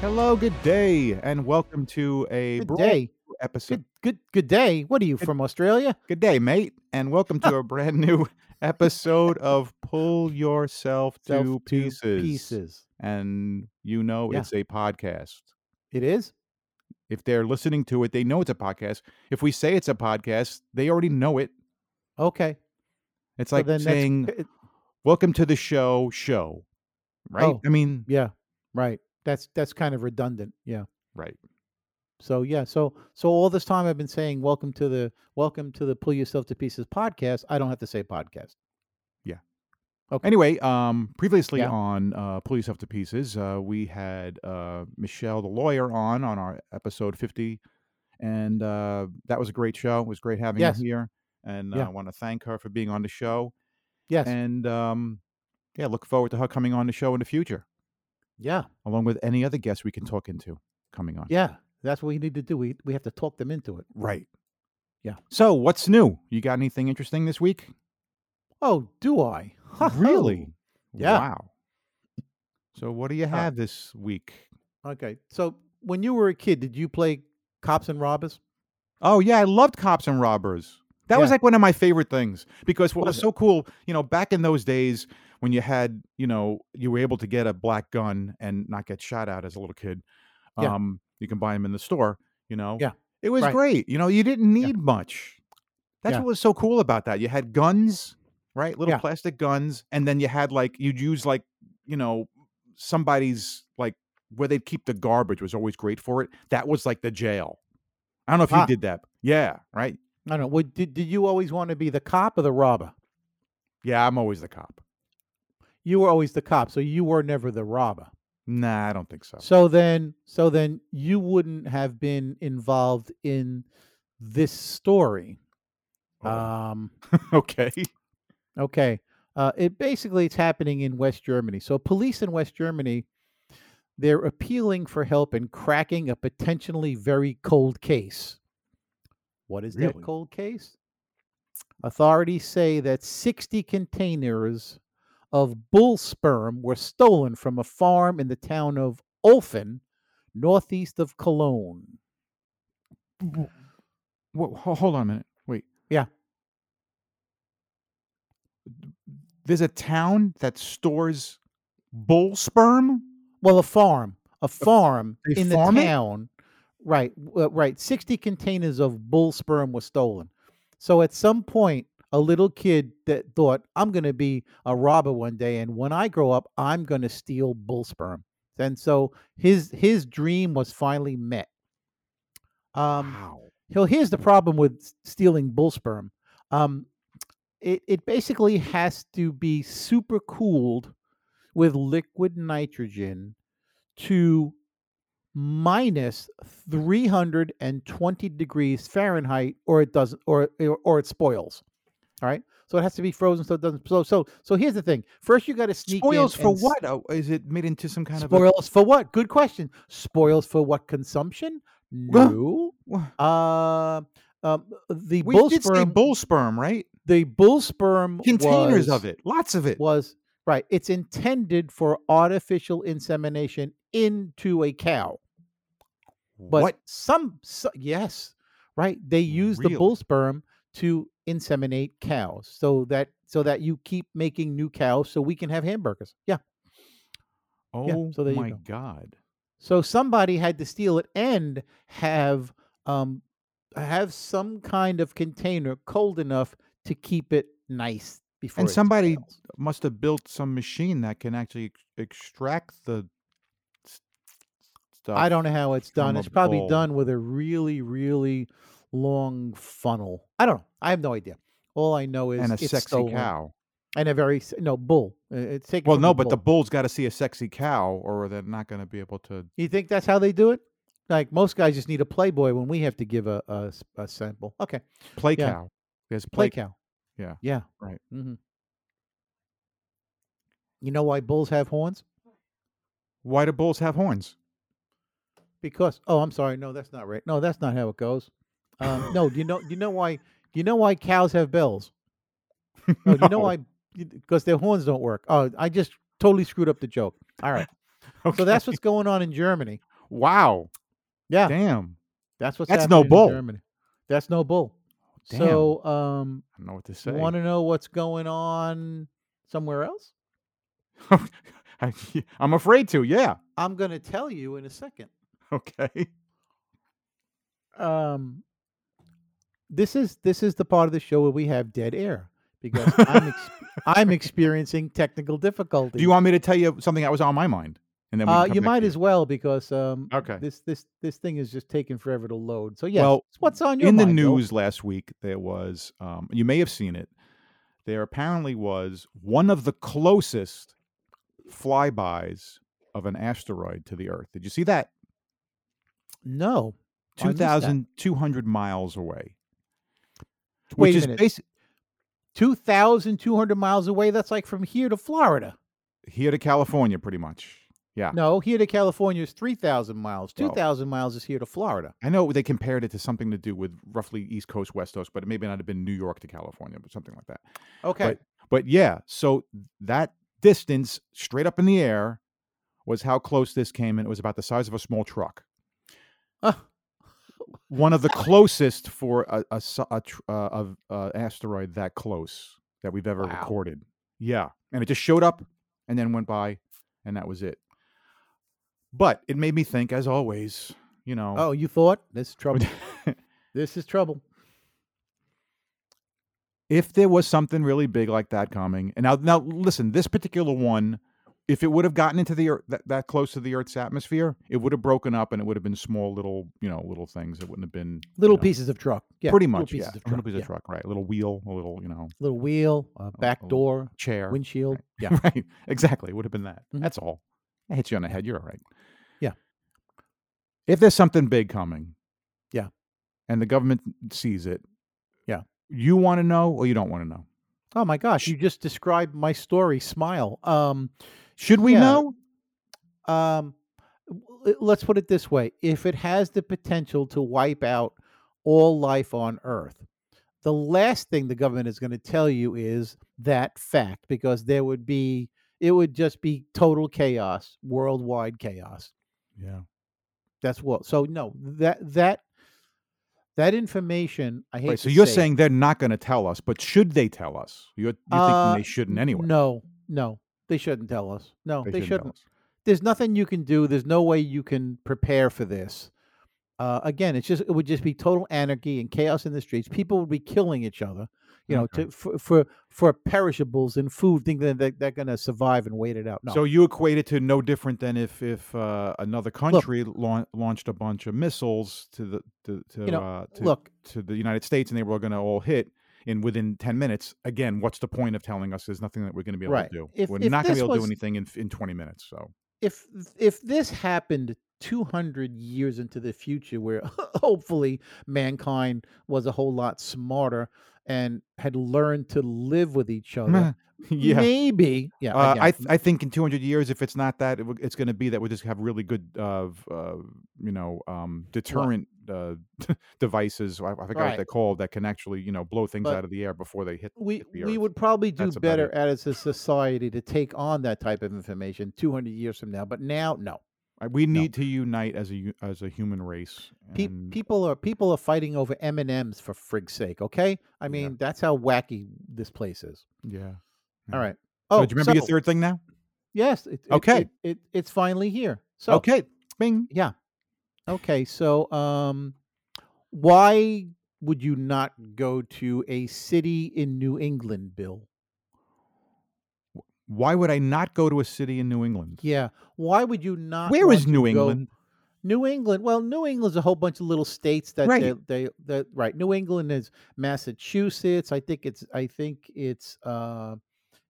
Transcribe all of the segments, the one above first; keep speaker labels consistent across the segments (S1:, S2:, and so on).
S1: Hello, good day, and welcome to a
S2: Good
S1: brand
S2: day.
S1: new episode.
S2: Good good good day. What are you from Australia?
S1: Good day, mate, and welcome to a brand new episode of Pull Yourself
S2: Self
S1: to
S2: to
S1: Pieces.
S2: Pieces.
S1: And you know
S2: Yeah.
S1: it's a podcast.
S2: It is?
S1: If they're listening to it, they know it's a podcast. If we say it's a podcast, they already know it.
S2: Okay.
S1: It's
S2: So
S1: like
S2: then that's-
S1: saying,
S2: it-
S1: Welcome to the show, show. Right?
S2: Oh.
S1: I mean,
S2: yeah, right. That's that's kind of redundant. Yeah.
S1: right.
S2: So yeah, so so all this time I've been saying welcome to the welcome to the Pull Yourself to Pieces podcast. I don't have to say podcast.
S1: Anyway, um, previously
S2: Yeah.
S1: on uh, Pull Yourself to Pieces, uh, we had uh, Michelle the lawyer on on our episode 50, and uh, that was a great show. It was great having
S2: Yes.
S1: her here, and
S2: Yeah.
S1: uh, I want to thank her for being on the show.
S2: Yes.
S1: And um, yeah, look forward to her coming on the show in the future,
S2: yeah.
S1: along with any other guests we can talk into coming on.
S2: Yeah. That's what we need to do. We we have to talk them into it.
S1: Right.
S2: Yeah.
S1: So, what's new? You got anything interesting this week?
S2: Oh, do I?
S1: really?
S2: Yeah. Uh
S1: Wow. So, what do you have this week?
S2: Okay. So when you were a kid, did you play cops and robbers?
S1: Oh yeah, I loved cops and robbers. That was
S2: Yeah.
S1: like one of my favorite things because what was,
S2: Was it?
S1: so cool, you know, back in those days when you had, you know, you were able to get a black gun and not get shot at as a little kid.
S2: Yeah.
S1: Um, you can buy them in the store, you know.
S2: Yeah.
S1: It was
S2: Right.
S1: great. You know, you didn't
S2: Yeah.
S1: need much. That's
S2: Yeah.
S1: what was so cool about that. You had guns, right? Little
S2: Yeah.
S1: plastic guns, and then you had like you'd use like, you know, somebody's like where they'd keep the garbage was always great for it. That was like the jail. I don't know if
S2: Ah.
S1: you did that. Yeah, right.
S2: I don't know. Would did, did you always want to be the cop or the robber?
S1: Yeah, I'm always the cop.
S2: You were always the cop, so you were never the robber.
S1: Nah, I don't think so.
S2: So then, so then you wouldn't have been involved in this story.
S1: Oh,
S2: Um,
S1: okay.
S2: okay, uh, it basically it's happening in West Germany. So police in West Germany, they're appealing for help in cracking a potentially very cold case. What is
S1: Really?
S2: that cold case? Authorities say that 60 containers of bull sperm were stolen from a farm in the town of Olfen, northeast of Cologne.
S1: Whoa, ho- hold on a minute. Wait.
S2: Yeah.
S1: There's a town that stores bull sperm.
S2: Well, a farm, a farm
S1: they
S2: in
S1: farm it?
S2: the town, right? w- uh, right. Sixty containers of bull sperm were stolen. So at some point, a little kid that thought, "I'm going to be a robber one day, and when I grow up, I'm going to steal bull sperm." And so his his dream was finally met. Um,
S1: wow.
S2: so here's the problem with s- stealing bull sperm. Um, it, it basically has to be super cooled with liquid nitrogen to minus 320 degrees Fahrenheit or it doesn't or or, or it spoils. All right? So it has to be frozen so it doesn't so so so here's the thing. First you got to sneak in
S1: Spoils for
S2: and s-
S1: what? Oh, is it made into some kind of a?
S2: spoils for what? Good question. Spoils for what consumption? No.
S1: Wha-
S2: Uh, um, the
S1: We
S2: bull
S1: did say
S2: sperm,
S1: bull sperm, right?
S2: the bull sperm
S1: Containers
S2: was,
S1: of it, lots of it.
S2: was right. It's intended for artificial insemination into a cow, but
S1: what?
S2: some, so, yes, right. They use the
S1: Really?
S2: bull sperm to inseminate cows, so that so that you keep making new cows, so we can have hamburgers. Yeah.
S1: Oh
S2: so there you
S1: my
S2: go.
S1: god!
S2: So somebody had to steal it and have um have some kind of container cold enough to keep it nice before it
S1: somebody-
S2: spoils.
S1: Must have built some machine that can actually ex- extract the s- stuff.
S2: I don't know how it's done.
S1: from a
S2: It's probably
S1: bowl.
S2: done with a really really long funnel. I don't know. I have no idea. All I know is
S1: and a
S2: it's
S1: sexy
S2: stolen.
S1: cow.
S2: and a very s- no bull. Uh, It's taken
S1: Well,
S2: from
S1: no,
S2: a
S1: but the
S2: bull.
S1: bull's got to see a sexy cow, or they're not going to be able to.
S2: you think that's how they do it? Like most guys just need a Playboy when we have to give a a, s- a sample. Okay,
S1: Play
S2: Yeah.
S1: cow. There's
S2: play
S1: play.
S2: cow.
S1: yeah,
S2: Yeah.
S1: right.
S2: Mm-hmm. You know why bulls have horns?
S1: Why do bulls have horns?
S2: Because oh, I'm sorry. No, that's not right. No, that's not how it goes. Um, no, do you know? Do you know why? Do you know why cows have bells? No, do you know why? Because their horns don't work. Oh, I just totally screwed up the joke. All right.
S1: Okay.
S2: So that's what's going on in Germany.
S1: Wow.
S2: Yeah.
S1: Damn.
S2: That's what's
S1: That's no
S2: happening in
S1: bull.
S2: Germany. That's no bull.
S1: Damn.
S2: So, um,
S1: I don't know what to say.
S2: you want to know what's going on somewhere else?
S1: I, am afraid to. Yeah.
S2: I'm going to tell you in a second.
S1: Okay.
S2: Um, this is this is the part of the show where we have dead air because I'm ex- I'm experiencing technical difficulties.
S1: Do you want me to tell you something that was on my mind? And then we
S2: Uh,
S1: can come
S2: you
S1: back
S2: might
S1: to
S2: as well because um,
S1: Okay.
S2: this this this thing is just taking forever to load. So yes,
S1: Well,
S2: what's on your
S1: in the
S2: mind, Bill?
S1: news last week there was um, you may have seen it there apparently was one of the closest flybys of an asteroid to the earth did you see that
S2: No, Oh, I missed that.
S1: 2200 miles away
S2: Wait
S1: which
S2: a
S1: is
S2: minute.
S1: basi-
S2: two thousand two hundred miles away. That's like from here to Florida.
S1: here to california pretty much yeah
S2: Ah. No, here to California is three thousand miles.
S1: Well-
S2: Two thousand miles is here to Florida.
S1: i know they compared it to something to do with roughly east coast west coast but it maybe not have been new york to california but something like that
S2: Okay,
S1: But yeah, so that distance straight up in the air was how close this came, and it was about the size of a small truck.
S2: Uh.
S1: One of the closest for a a, su- a, tr- uh, of, uh, asteroid that close that we've ever
S2: Wow.
S1: recorded. Yeah, and it just showed up and then went by, and that was it. But it made me think, as always, you know.
S2: Oh, you thought this is trouble. this is trouble.
S1: if there was something really big like that coming, and now now listen, this particular one, if it would have gotten into the earth that, that close to the Earth's atmosphere, it would have broken up and it would have been small little you know little things. It wouldn't have been you
S2: Little
S1: know,
S2: pieces of truck. Yeah,
S1: pretty
S2: little
S1: much
S2: pieces
S1: yeah,
S2: of
S1: a little
S2: truck.
S1: piece
S2: yeah.
S1: of truck, right? A little wheel, a little you know
S2: Little wheel, uh, back
S1: oh.
S2: door,
S1: chair,
S2: windshield. Yeah.
S1: right? Exactly, it would have been that.
S2: Mhm.
S1: That's all. I hit you on the head. You're all right.
S2: Yeah.
S1: If there's something big coming,
S2: Yeah.
S1: and the government sees it,
S2: Yeah.
S1: you want to know or you don't want to know.
S2: Oh my gosh, you just described my story. Smile. Um,
S1: Should we
S2: Yeah.
S1: know?
S2: um, w- let's put it this way: if it has the potential to wipe out all life on Earth, the last thing the government is going to tell you is that fact, because there would be it would just be total chaos, worldwide chaos.
S1: Yeah.
S2: That's what. So no, that that that information. I hate.
S1: Wait, so
S2: to
S1: you're
S2: say it,
S1: saying they're not going to tell us, but should they tell us? You're, you're
S2: Uh,
S1: thinking they shouldn't anyway.
S2: No, no, they shouldn't tell us. No, they,
S1: tell
S2: shouldn't.
S1: us.
S2: There's nothing you can do. There's no way you can prepare for this. Uh, again, it's just it would just be total anarchy and chaos in the streets. People would be killing each other, you know,
S1: Okay.
S2: to, for, for for perishables and food, thinking that they're, they're going to survive and wait it out. No,
S1: So you equate it to no different than if if uh, another country laun- launched a bunch of missiles to the to to,
S2: know,
S1: uh, to,
S2: look,
S1: to the United States and they were going to all hit. And within ten minutes, again, what's the point of telling us? There's nothing that we're going to be able
S2: Right.
S1: to do.
S2: If-
S1: we're
S2: if
S1: not going to
S2: this
S1: be able to do
S2: was-
S1: anything in in twenty minutes. So
S2: if if this happened 200 years into the future where hopefully mankind was a whole lot smarter and had learned to live with each other
S1: yeah,
S2: maybe yeah
S1: Uh,
S2: again,
S1: I th- I think in 200 years, if it's not that, it w- it's going to be that we just have really good, uh, v- uh, you know, um, deterrent uh, devices. I, I forgot what
S2: Right.
S1: they're called that can actually, you know, blow things
S2: But
S1: out of the air before they hit.
S2: we
S1: the
S2: we
S1: earth.
S2: would probably do
S1: That's about
S2: better
S1: it.
S2: as a society to take on that type of information 200 years from now but now no
S1: Uh, We need to unite as a u- as a human race.
S2: Pe-
S1: and-
S2: people are people are fighting over m&ms for frig's sake okay i mean that's how wacky this place is
S1: yeah.
S2: all right
S1: Oh,
S2: oh
S1: do you remember your
S2: so-
S1: third thing now?
S2: yes it, it-
S1: Okay.
S2: it, it, it's finally here so
S1: okay, Bing.
S2: Yeah. Okay. So, um, why would you not go to a city in New England, Bill?
S1: Why would I not go to a city in New England?
S2: Yeah. Why would you not?
S1: Where
S2: want
S1: is New
S2: to go-
S1: England?
S2: New England. Well, New England's a whole bunch of little states that
S1: Right.
S2: they, they that right. New England is Massachusetts. I think it's. I think it's. Uh,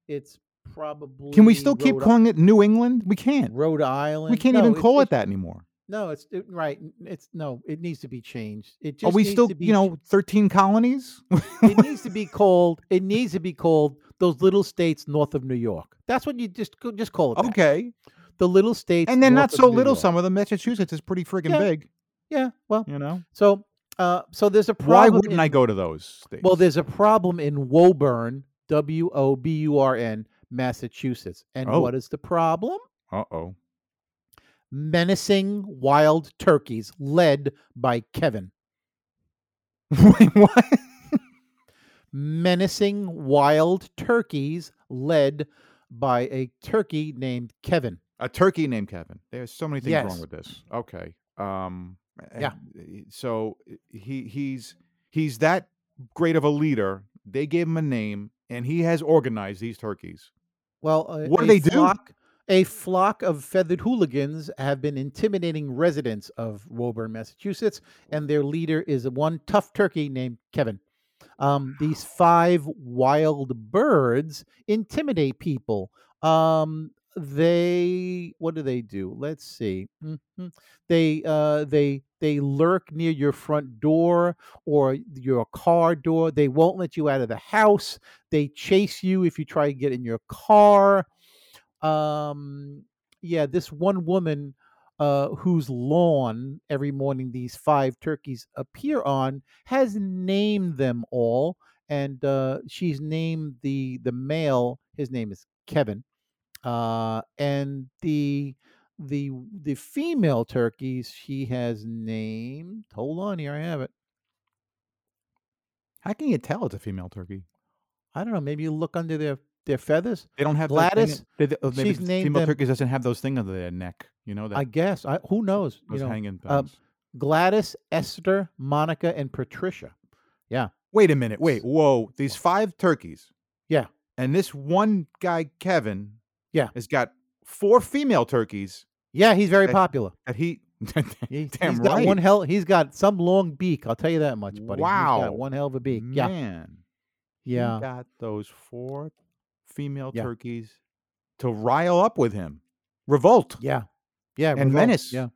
S2: it's probably.
S1: Can we still keep
S2: Rhode I-
S1: calling it New England? We can't.
S2: Rhode Island?
S1: We can't
S2: No,
S1: even
S2: it's-
S1: call
S2: it's-
S1: it that anymore.
S2: No, it's it, right. It's no. It needs to be changed. It
S1: Are
S2: just
S1: we
S2: needs
S1: still,
S2: to be
S1: you know, 13 colonies?
S2: it needs to be called. It needs to be called those little states north of New York. That's what you just go- just call it. that.
S1: okay.
S2: the little states,
S1: and they're not
S2: north of
S1: so
S2: New
S1: little.
S2: York.
S1: Some of them, Massachusetts is pretty friggin'
S2: Yeah.
S1: big.
S2: Yeah. Well,
S1: You know,
S2: so uh, so there's a
S1: why
S2: problem.
S1: wouldn't I
S2: in-
S1: go to those states?
S2: Well, there's a problem in Woburn, W O B U R N, Massachusetts. And
S1: Oh.
S2: what is the problem?
S1: uh oh,
S2: menacing wild turkeys led by Kevin.
S1: Wait, what?
S2: Menacing wild turkeys led by a turkey named Kevin.
S1: A turkey named Kevin. There's so many things
S2: Yes.
S1: wrong with this. Okay. Um
S2: Yeah.
S1: and, uh, So he he's he's that great of a leader. They gave him a name and he has organized these turkeys.
S2: Well, a,
S1: What do
S2: a
S1: they do?
S2: flock, A flock of feathered hooligans have been intimidating residents of Woburn, Massachusetts, and their leader is one tough turkey named Kevin. Um, these five wild birds intimidate people. Um, they what do they do? Let's see. Mhm. They uh, they they lurk near your front door or your car door. They won't let you out of the house they chase you if you try to get in your car um yeah this one woman uh whose lawn every morning these five turkeys appear on has named them all and uh she's named the the male his name is kevin uh and the the the female turkeys she has named hold on here i have it
S1: How can you tell it's a female turkey?
S2: i don't know maybe you look under their their feathers
S1: They don't have those thing-
S2: Gladys,
S1: they- they- oh, maybe
S2: she's
S1: the
S2: named
S1: female
S2: them-
S1: turkeys doesn't have those thing under their neck. You know that
S2: i guess i who knows you
S1: those
S2: know
S1: hanging things.
S2: um, Gladys, Esther, Monica, and Patricia.
S1: wait a minute. Wait. Whoa. These five turkeys.
S2: Yeah.
S1: And this one guy, Kevin.
S2: Yeah.
S1: Has got four female turkeys
S2: Yeah, he's very
S1: That-
S2: popular.
S1: that he.
S2: He,
S1: Damn
S2: has got
S1: right.
S2: one hell. He's got some long beak. I'll tell you that much, buddy. He's
S1: Wow.
S2: got one hell of a beak. Yeah,
S1: Man. he
S2: yeah.
S1: got those four female
S2: Yeah.
S1: turkeys to rile up with him. Revolt.
S2: Yeah. Yeah.
S1: And
S2: revolt.
S1: menace.
S2: Yeah.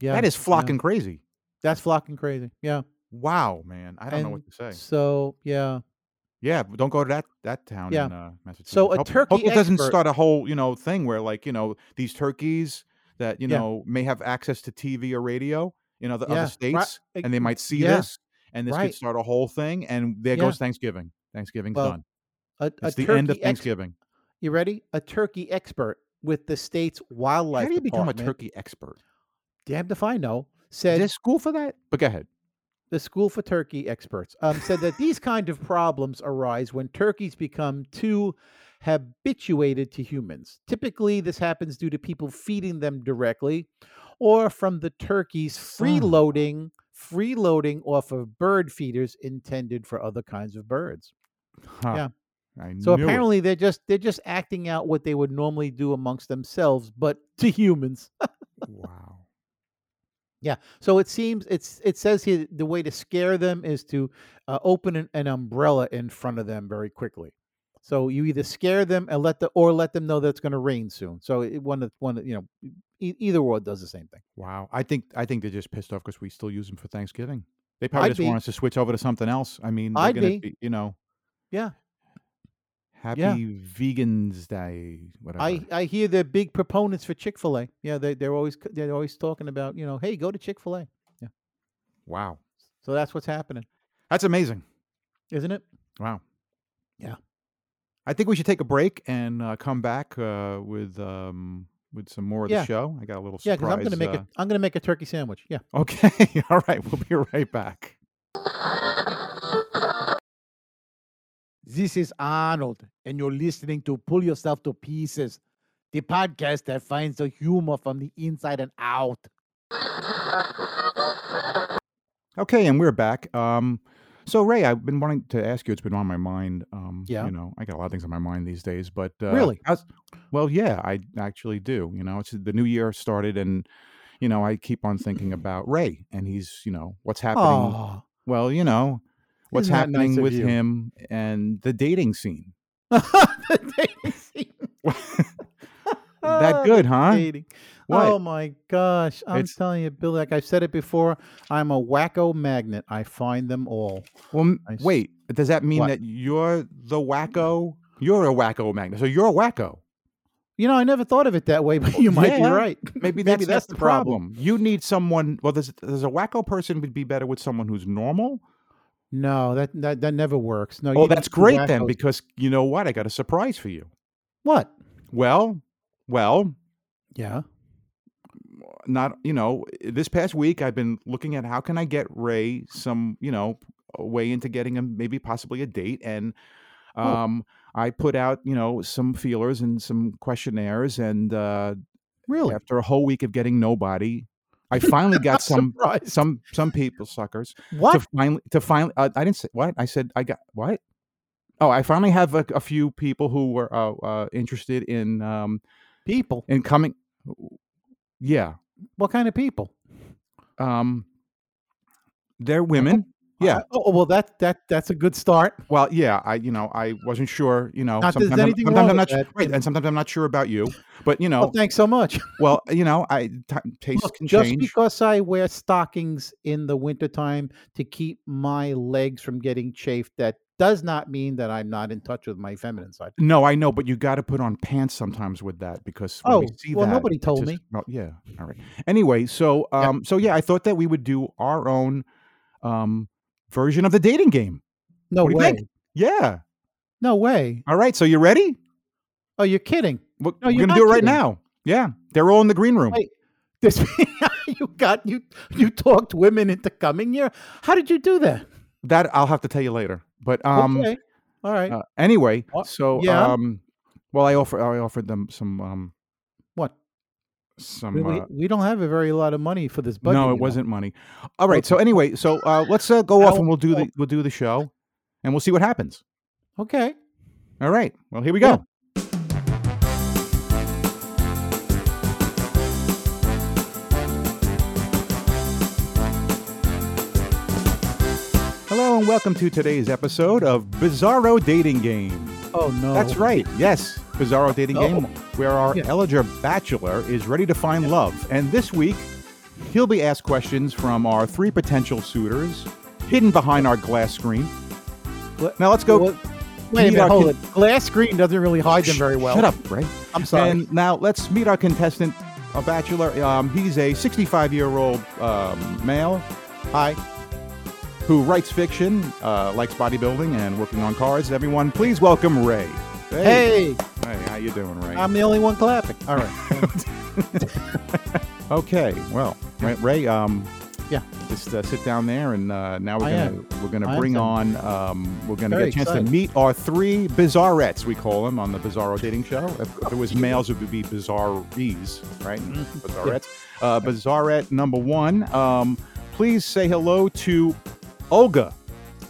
S2: Yeah.
S1: That is
S2: yeah.
S1: flocking crazy.
S2: That's flocking crazy. Yeah.
S1: Wow, man. I don't know what to say.
S2: So, yeah.
S1: Yeah, but don't go to that that town
S2: Yeah.
S1: in uh, Massachusetts.
S2: So a
S1: hope,
S2: turkey
S1: hope it doesn't
S2: expert-
S1: start a whole you know thing where like you know these turkeys that you
S2: Yeah.
S1: know may have access to TV or radio in other
S2: Yeah,
S1: other
S2: right, e
S1: states, and they might see
S2: yeah,
S1: this, and this
S2: right.
S1: could start a whole thing, and there
S2: Yeah.
S1: goes Thanksgiving. Thanksgiving's
S2: Well,
S1: done.
S2: A, a
S1: It's the
S2: turkey
S1: end of
S2: ex-
S1: Thanksgiving.
S2: you ready? A turkey expert with the state's
S1: How
S2: wildlife
S1: do you become a
S2: department.
S1: turkey expert?
S2: Damned if I know.
S1: Is
S2: Said
S1: there school for that? But go ahead.
S2: the School for Turkey experts um, said that these kind of problems arise when turkeys become too habituated to humans. Typically, this happens due to people feeding them directly or from the turkeys freeloading, freeloading off of bird feeders intended for other kinds of birds.
S1: Huh, I
S2: So
S1: knew it.
S2: apparently they're just they're just acting out what they would normally do amongst themselves but to humans.
S1: wow.
S2: So it seems it's it says here the way to scare them is to uh, open an, an umbrella in front of them very quickly. So you either scare them and let the or let them know that it's going to rain soon. So it, one of one of- you know e- either or does the same thing.
S1: Wow, I think I think they're just pissed off because we still use them for Thanksgiving. They probably
S2: I'd
S1: just want
S2: be.
S1: us to switch over to something else. I mean, they're
S2: I'd
S1: gonna
S2: be.
S1: you know,
S2: Yeah.
S1: happy
S2: Yeah.
S1: vegans day, whatever.
S2: I, I hear they're big proponents for Chick Fil A. Yeah, they they're always c- they're always talking about you know hey go to Chick Fil A.
S1: wow,
S2: So that's what's happening,
S1: that's amazing.
S2: isn't it?
S1: Wow.
S2: Yeah.
S1: I think we should take a break and uh, come back uh, with um, with some more of
S2: Yeah.
S1: the show. I got a little
S2: Yeah,
S1: surprise.
S2: because I'm gonna make it. I'm gonna make a turkey sandwich. Yeah.
S1: uh, Okay, all right, we'll be right back.
S3: This is Arnold, and you're listening to Pull Yourself to Pieces, the podcast that finds the humor from the inside and out.
S1: Okay, and we're back. Um, so Ray, I've been wanting to ask you. It's been on my mind. Um,
S2: Yeah.
S1: You know, I got a lot of things on my mind these days, but uh,
S2: Really?
S1: how's- well, yeah, I actually do. You know, it's the new year started, and you know, I keep on thinking about Ray, and he's, you know, what's happening.
S2: Oh,
S1: Well, you know, what's
S2: Isn't that nice
S1: happening
S2: of
S1: with
S2: you?
S1: him and the dating scene.
S2: Ah,
S1: that good, huh?
S2: dating.
S1: What?
S2: Oh my gosh. I'm
S1: It's-
S2: telling you, Bill, like I've said it before, I'm a wacko magnet. I find them all.
S1: Well, m-
S2: I s-
S1: wait. Does that mean
S2: What?
S1: that you're the wacko? You're a wacko magnet. So you're a wacko.
S2: You know, I never thought of it that way, but you might be
S1: yeah.
S2: right.
S1: Maybe that's,
S2: Maybe
S1: that's the problem. You need someone. Well, there's, there's a wacko person would be better with someone who's normal.
S2: No, that, that that never works. No,
S1: Oh,
S2: you need
S1: that's
S2: two
S1: great then,
S2: wackos.
S1: because you know what? I got a surprise for you.
S2: what?
S1: Well, well,
S2: Yeah.
S1: not you know this past week I've been looking at how can I get Ray some you know a way into getting him maybe possibly a date and um I put out you know some feelers and some questionnaires and uh
S2: Really?
S1: after a whole week of getting nobody I finally got some
S2: surprised.
S1: some some people suckers
S2: What?
S1: to finally to finally uh, i didn't say what i said i got what oh i finally have a, a few people who were uh, uh interested in um
S2: people?
S1: in coming yeah
S2: What kind of people?
S1: um they're women yeah
S2: Uh, oh, well, that that that's a good start.
S1: well yeah i you know i wasn't sure you know
S2: Not that there's
S1: sometimes, I'm,
S2: anything
S1: sometimes
S2: wrong
S1: I'm
S2: with
S1: not
S2: that.
S1: right and sometimes i'm not sure about you but you
S2: Well,
S1: know
S2: thanks so much.
S1: well you know i t- tastes
S2: Look,
S1: can
S2: just
S1: change
S2: because I wear stockings in the wintertime to keep my legs from getting chafed, that does not mean that I'm not in touch with my feminine side.
S1: no, I know, but you got to put on pants sometimes with that because when we
S2: Oh,
S1: see
S2: well,
S1: that,
S2: nobody
S1: it
S2: told
S1: just-
S2: me.
S1: well, yeah, all right. Anyway, so
S2: Yeah.
S1: um, so yeah, I thought that we would do our own um version of the dating game.
S2: No
S1: What do you
S2: way.
S1: think? Yeah.
S2: No way.
S1: All right. So you ready?
S2: Oh, you're kidding.
S1: We're,
S2: No,
S1: we're
S2: you're
S1: gonna do it
S2: not
S1: right
S2: kidding.
S1: now. Yeah, they're all in the green room.
S2: Wait. This you got you you talked women into coming here. How did you do that?
S1: That I'll have to tell you later. But um,
S2: okay. All right.
S1: uh, anyway,
S2: What?
S1: so
S2: Yeah?
S1: um, well, I offer I offered them some um
S2: what?
S1: some
S2: We, we-
S1: uh,
S2: we don't have a very lot of money for this budget.
S1: no,
S2: you
S1: it
S2: know.
S1: wasn't money. All right. So anyway, so uh, let's uh, go
S2: I
S1: off
S2: don't-
S1: and we'll do
S2: oh.
S1: the we'll do the show, and we'll see what happens.
S2: Okay.
S1: All right. Well, here we
S2: Yeah.
S1: go. Hello and welcome to today's episode of Bizarro Dating Game.
S2: Oh no.
S1: That's right. Yes, Bizarro Dating
S2: Oh.
S1: Game, where our
S2: Yeah.
S1: eligible bachelor is ready to find love. And this week, he'll be asked questions from our three potential suitors hidden behind our glass screen.
S2: What-
S1: Now let's go.
S2: Well, Wait a
S1: meet
S2: minute,
S1: our
S2: hold
S1: con-
S2: it. Glass screen doesn't really hide them
S1: Shh,
S2: very well.
S1: Shut up, Ray.
S2: I'm sorry.
S1: And now let's meet our contestant, a bachelor. Um, he's a 65 year old um, male
S2: Hi.
S1: who writes fiction, uh, likes bodybuilding, and working on cars. Everyone, please welcome Ray.
S2: Hey,
S1: Hey, how you doing, Ray?
S2: I'm the only one clapping. All right.
S1: okay. Well, Ray, Ray um,
S2: Yeah.
S1: just uh, sit down there, and uh, now we're
S2: I
S1: gonna
S2: am.
S1: we're gonna
S2: I am
S1: bring
S2: sitting.
S1: on um, we're gonna
S2: Very
S1: get a chance
S2: excited.
S1: to meet our three bizarrettes we call them on the Bizarro Dating Show. If, if it was males, it would be bizarrees, right?
S2: Mm-hmm.
S1: Bizarrettes. Uh, bizarrette number one. Um, please say hello to Olga.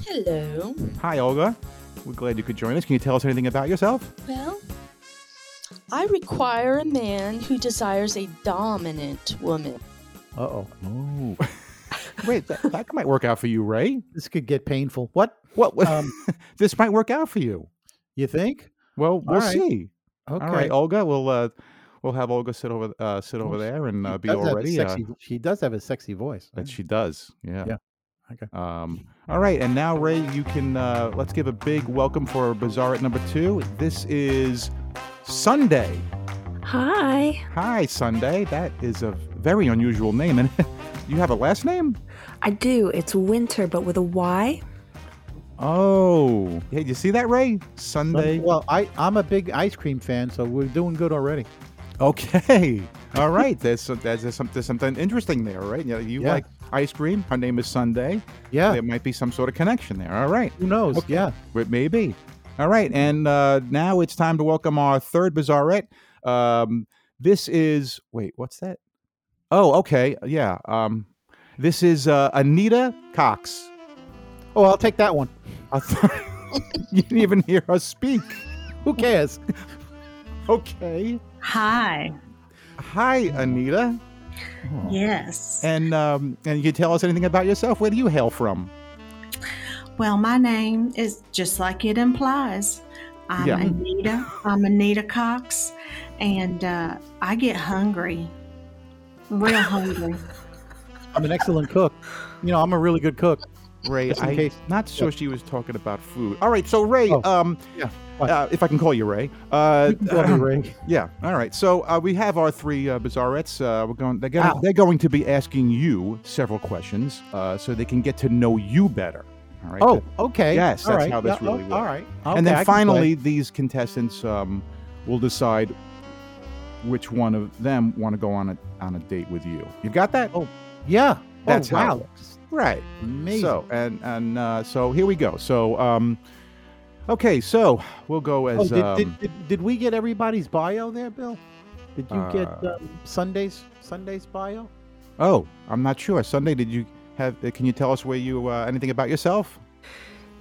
S4: Hello.
S1: Hi, Olga. We're glad you could join us. Can you tell us anything about yourself?
S4: Well, I require a man who desires a dominant woman.
S2: Uh oh.
S1: Oh, wait, that, that might work out for you, Ray.
S2: This could get painful. What?
S1: What?
S2: Um,
S1: this might work out for you.
S2: You think?
S1: Well, we'll
S2: right.
S1: see.
S2: Okay.
S1: All right, Olga. We'll uh, we'll have Olga sit over uh, sit over
S2: she-
S1: there and uh, be
S2: does have a
S1: already. Uh,
S2: sexy- she does have a sexy voice.
S1: that she does. Yeah.
S2: Yeah. Okay.
S1: Um, all right, and now Ray, you can uh, let's give a big welcome for Bizarre at number two. This is Sunday.
S5: Hi.
S1: Hi, Sunday. That is a very unusual name, and you have a last name.
S5: I do. It's winter, but with a Y.
S1: Oh, hey, you see that, Ray? Sunday.
S2: Well, I I'm a big ice cream fan, so we're doing good already.
S1: Okay. All right. There's some, there's, there's some, there's something interesting there, right? Yeah. You
S2: Yeah.
S1: like ice cream? Her name is Sunday.
S2: Yeah.
S1: There might be some sort of connection there. All right.
S2: Who knows?
S1: Okay.
S2: Yeah.
S1: It may be. All right. And uh, now it's time to welcome our third bizarrette. Um, this is, wait, what's that? Oh, okay. Yeah. Um, this is uh, Anita Cox.
S2: Oh, I'll take that one.
S1: A th- you didn't even hear her speak.
S2: Who cares?
S1: Okay.
S6: Hi.
S1: Hi, Anita.
S6: Yes.
S1: And um, and you tell us anything about yourself? Where do you hail from?
S6: Well, my name is just like it implies. I'm
S1: Yeah.
S6: Anita. I'm Anita Cox, and uh, I get hungry, real hungry.
S2: I'm an excellent cook. You know, I'm a really good cook.
S1: Ray,
S2: Just in
S1: I'm
S2: case.
S1: not sure she was talking about food. All right, so Ray,
S2: Oh,
S1: um,
S2: yeah, fine.
S1: uh, if I can call you Ray, uh,
S2: You can call me Ray.
S1: yeah, all right. So uh, we have our three uh, bizarrettes. Uh, we're going. They're, gonna,
S2: Ow.
S1: they're going to be asking you several questions, uh, so they can get to know you better. All right.
S2: Oh, okay.
S1: Yes,
S2: All
S1: that's
S2: right.
S1: how this
S2: Yeah,
S1: really
S2: oh, All right.
S1: and
S2: Okay,
S1: then
S2: I can play.
S1: finally, these contestants um, will decide which one of them want to go on a on a date with you. You got that?
S2: Oh, Yeah.
S1: That's
S2: oh,
S1: how it
S2: wow.
S1: right.
S2: Amazing.
S1: So and and uh, so here we go. So um, okay, so we'll go as
S2: Oh, did,
S1: um,
S2: did, did, did we get everybody's bio there, Bill? Did you get
S1: Uh,
S2: um, Sunday's Sunday's bio?
S1: oh, I'm not sure. Sunday, did you have? uh, Can you tell us where you uh, anything about yourself?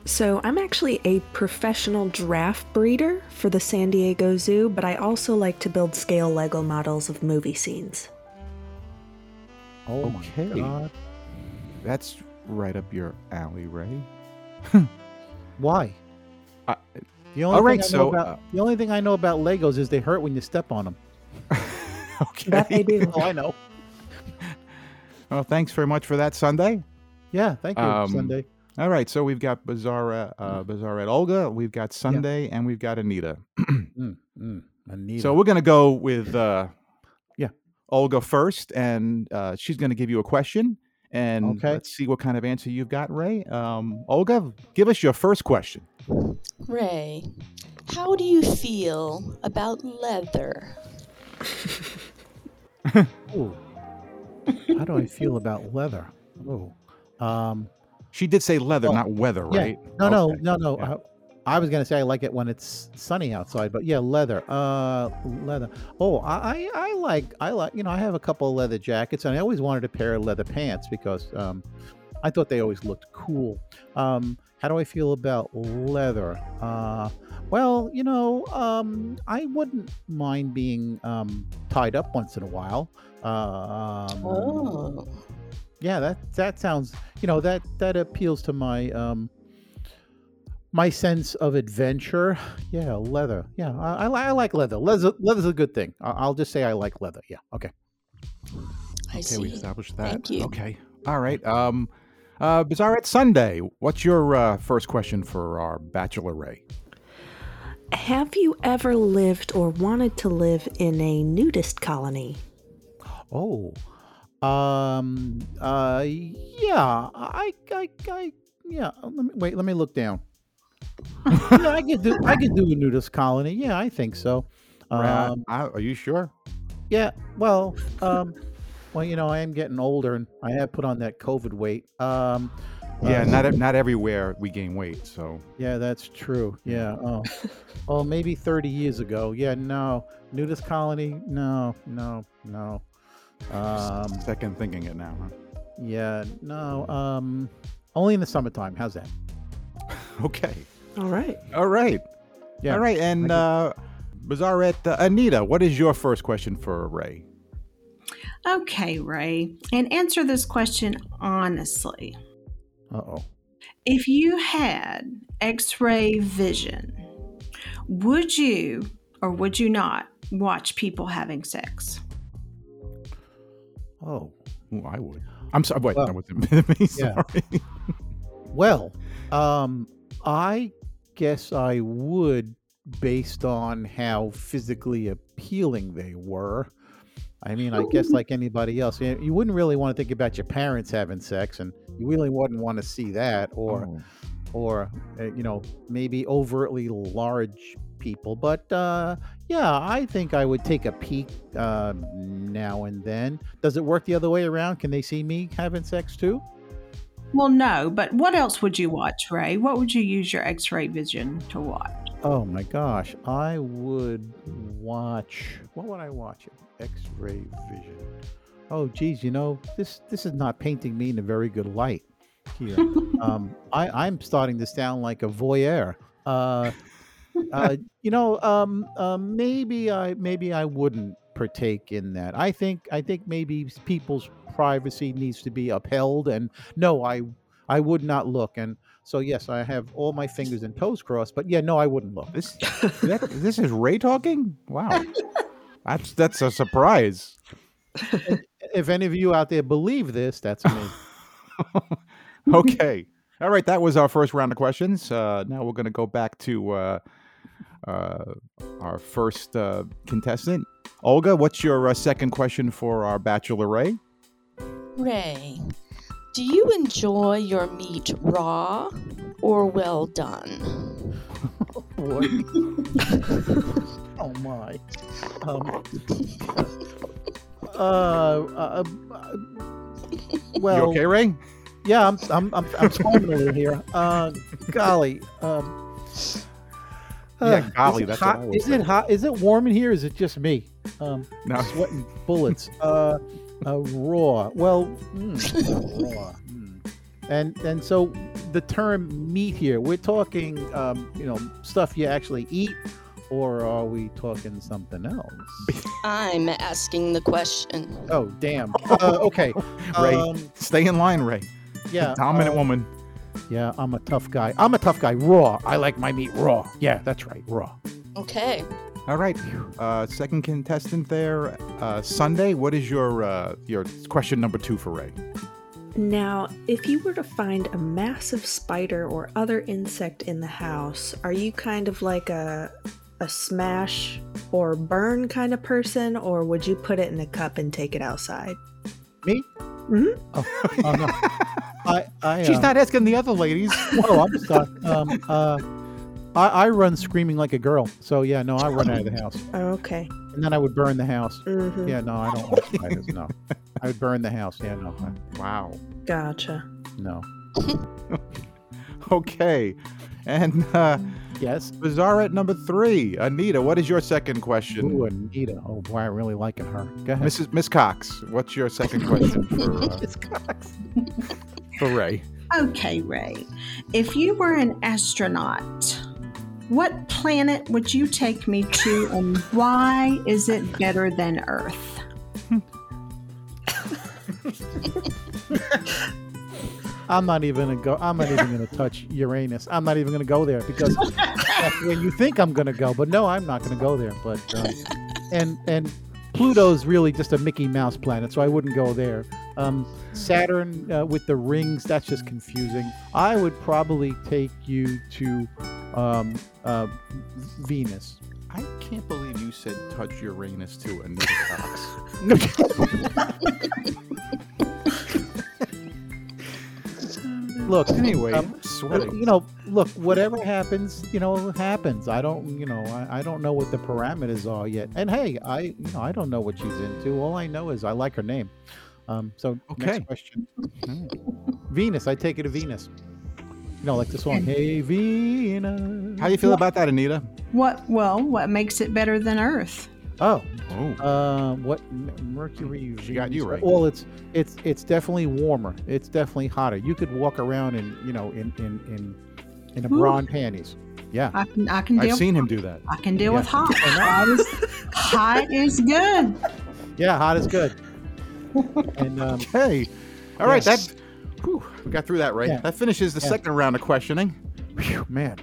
S5: So, I'm actually a professional giraffe breeder for the San Diego Zoo, but I also like to build scale Lego models of movie scenes.
S2: Oh
S1: Okay. That's right up your alley, Ray.
S2: Why?
S1: I-
S2: the only
S1: all
S2: thing
S1: right,
S2: I know
S1: so,
S2: about-
S1: uh,
S2: the only thing I know about Legos is they hurt when you step on them.
S1: okay.
S5: That they do.
S2: Oh, I know.
S1: Well, thanks very much for that, Sunday.
S2: Yeah, thank you,
S1: Um,
S2: Sunday.
S1: All right, so we've got Bizarre, uh, Bizarre at Olga, we've got Sunday, and we've got Anita.
S2: Mm, mm, Anita.
S1: So we're gonna go with uh,
S2: Yeah.
S1: Olga first, and uh, she's gonna give you a question, and
S2: Okay.
S1: let's see what kind of answer you've got, Ray. Um, Olga, give us your first question.
S4: Ray, how do you feel about leather?
S2: Ooh. how do I feel about leather? Oh, um,
S1: She did say leather,
S2: Oh,
S1: not weather,
S2: yeah.
S1: right?
S2: No,
S1: Okay.
S2: no, no, no.
S1: Yeah.
S2: uh, I was gonna say I like it when it's sunny outside, but yeah, leather. Uh, leather. Oh, I, I, I like, I like. You know, I have a couple of leather jackets, and I always wanted a pair of leather pants because um, I thought they always looked cool. Um, how do I feel about leather? Uh, well, you know, um, I wouldn't mind being um, tied up once in a while. Um,
S4: Oh,
S2: yeah that that sounds you know that that appeals to my um my sense of adventure yeah leather yeah i, I, li- I like leather leather leather's a good thing I, i'll just say i like leather yeah okay
S4: I
S1: Okay, we
S4: see.
S1: established that.
S4: Thank you.
S1: Okay. All right. Um, uh, Bizarre at Sunday, what's your uh, first question for our Bachelor Ray?
S5: Have you ever lived or wanted to live in a nudist colony?
S2: oh um uh yeah i i, I yeah let me, wait let me look down yeah i could do i could do a nudist colony yeah i think so
S1: Ra-
S2: um
S1: I- are you sure?
S2: Yeah, well, um, well, you know, I am getting older, and I have put on that COVID weight. Um,
S1: Yeah,
S2: uh,
S1: not e- not everywhere we gain weight. So
S2: yeah, that's true. Yeah, oh, oh, maybe thirty years ago. Yeah, no, nudist colony, no, no, no. Um,
S1: second thinking it now.
S2: yeah, no. Um, only in the summertime. How's that?
S1: Huh? Okay.
S5: All right.
S1: All right.
S2: Yeah.
S1: All right. And uh, Bizarre at uh, Anita, what is your first question for Ray?
S6: Okay, Ray, and answer this question honestly.
S2: Uh oh.
S6: If you had x ray vision, would you or would you not watch people having sex?
S2: Oh.
S1: Ooh, I would. I'm sorry. Wait,
S2: Well,
S1: that wasn't me.
S2: yeah.
S1: Sorry.
S2: Well, um, I guess I would, based on how physically appealing they were. I mean, I guess like anybody else, you, you wouldn't really want to think about your parents having sex, and you really wouldn't want to see that, or
S1: Oh.
S2: or uh, you know maybe overtly large people. But uh, yeah, I think I would take a peek uh, now and then. Does it work the other way around? Can they see me having sex too?
S6: Well, no, but what else would you watch, Ray? What would you use your x ray vision to watch?
S2: Oh my gosh, I would watch. What would I watch? X-ray vision. Oh geez, you know this this is not painting me in a very good light here. um, I I'm starting to sound like a voyeur. Uh, uh, you know, um, uh, maybe I maybe I wouldn't partake in that. I think I think maybe people's privacy needs to be upheld, and no, I I would not look. And so yes, I have all my fingers and toes crossed, but yeah, no, I wouldn't look.
S1: This that, this is Ray talking? Wow. That's that's a surprise.
S2: If any of you out there believe this, that's me.
S1: okay. All right, that was our first round of questions. Uh, now we're going to go back to uh, uh, our first uh, contestant. Olga, what's your uh, second question for our Bachelor Ray?
S4: Ray, do you enjoy your meat raw or well done?
S2: Boy. Oh my. Um, uh, uh, uh, well,
S1: you okay, Ray?
S2: yeah, I'm I'm I'm, I'm smiling over here. Uh, golly. Um,
S1: Yeah,
S2: uh, is
S1: golly,
S2: it
S1: that's what
S2: hot.
S1: I would
S2: Is it hot? Is it warm in here? Is it just me? Um,
S1: No.
S2: sweating bullets. Uh, uh, raw. Well,
S1: Hmm.
S2: mm, raw. mm. And and so the term meat here, we're talking, um, you know, stuff you actually eat, or are we talking something else?
S4: I'm asking the question.
S2: Oh, damn. Uh, okay.
S1: Ray.
S2: Um,
S1: Stay in line, Ray.
S2: yeah.
S1: Dominant
S2: uh,
S1: woman.
S2: Yeah, I'm a tough guy. I'm a tough guy. Raw. I like my meat raw. Yeah, that's right. Raw.
S4: Okay.
S1: All right. Uh, second contestant there. Uh, Sunday, what is your uh, your question number two for Ray?
S5: Now, if you were to find a massive spider or other insect in the house, are you kind of like a a smash or burn kind of person or would you put it in a cup and take it outside?
S2: Me?
S5: Mhm.
S2: Oh, oh, no. I, I,
S1: She's
S2: uh,
S1: not asking the other ladies.
S2: Whoa, I'm stuck. Um, uh, I, I run screaming like a girl. So yeah, no, I run out of the house,
S5: Okay.
S2: and then I would burn the house.
S5: Mhm.
S2: Yeah, no, I don't like spiders. No, I would burn the house. Yeah, no, I-
S1: wow.
S5: Gotcha.
S2: no.
S1: Okay. And uh,
S2: Yes.
S1: bizarre at number three, Anita. What is your second question?
S2: Ooh, Anita. Oh boy, I really liking her. Go ahead.
S1: Mrs. Miss Cox, what's your second question for uh,
S2: Miss Cox.
S1: for Ray?
S6: Okay, Ray. If you were an astronaut, what planet would you take me to and why is it better than Earth?
S2: I'm not even gonna go. I'm not even gonna touch Uranus. I'm not even gonna go there because that's where you think I'm gonna go, but no, I'm not gonna go there. But um, and and Pluto's really just a Mickey Mouse planet, so I wouldn't go there. Um, Saturn uh, with the rings, that's just confusing. I would probably take you to um, uh, Venus.
S1: I can't believe you said touch Uranus to Anita Cox.
S2: Look,
S1: Anyway,
S2: um,
S1: I'm sweating.
S2: you know, look, whatever happens, you know, happens. I don't, you know, I, I don't know what the parameters are yet. And hey, I, you know, I don't know what she's into. All I know is I like her name. Um, so
S1: Okay.
S2: next question. Hmm. Venus, I take it to Venus. You know, like the song, Hey Venus.
S1: How do you feel about that, Anita?
S6: What, well, what makes it better than Earth?
S2: Oh,
S1: Oh,
S2: uh, what M- Mercury?
S1: She got you
S2: Venus-
S1: right.
S2: Well, it's it's it's definitely warmer. It's definitely hotter. You could walk around in you know in in in in a
S6: Ooh.
S2: bra and panties. Yeah.
S6: I can, I can deal.
S1: I've seen him do that.
S6: I can deal
S2: Yeah.
S6: with hot. Hot is, hot is good.
S2: Yeah, hot is good. and um,
S1: Okay. all right.
S2: Yes.
S1: That whew, we got through that, right?
S2: Yeah.
S1: That finishes the
S2: Yeah.
S1: second round of questioning.
S2: phew, man,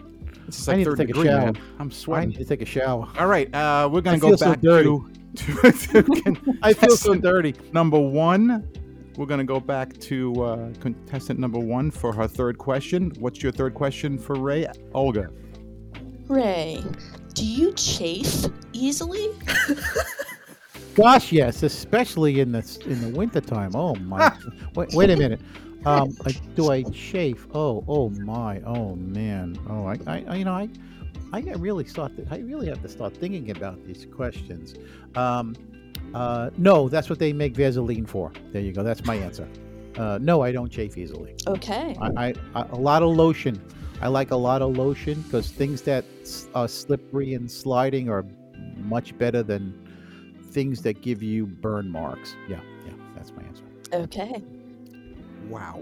S1: This is
S2: I
S1: like
S2: need to
S1: third
S2: take a
S1: degree, man.
S2: shower.
S1: I'm
S2: I
S1: sweating.
S2: need to take a shower.
S1: All right, uh, we're gonna
S2: I
S1: go
S2: feel so
S1: back
S2: dirty.
S1: to, to, to con-
S2: I feel so
S1: Contestant
S2: dirty.
S1: number one. We're gonna go back to uh, contestant number one for her third question. What's your third question for Ray? Olga.
S4: Ray, do you chafe easily?
S2: Gosh, yes, especially in the s- in the wintertime. Oh my! wait, wait a minute. Um, I, do I chafe? Oh, oh my! Oh man! Oh, I, I, I you know, I, I gotta really start. To, I really have to start thinking about these questions. Um, uh, no, that's what they make Vaseline for. There you go. That's my answer. Uh, no, I don't chafe easily.
S4: Okay.
S2: I, I, I a lot of lotion. I like a lot of lotion because things that s- are slippery and sliding are much better than things that give you burn marks. Yeah, yeah, that's my answer.
S4: Okay.
S1: Wow.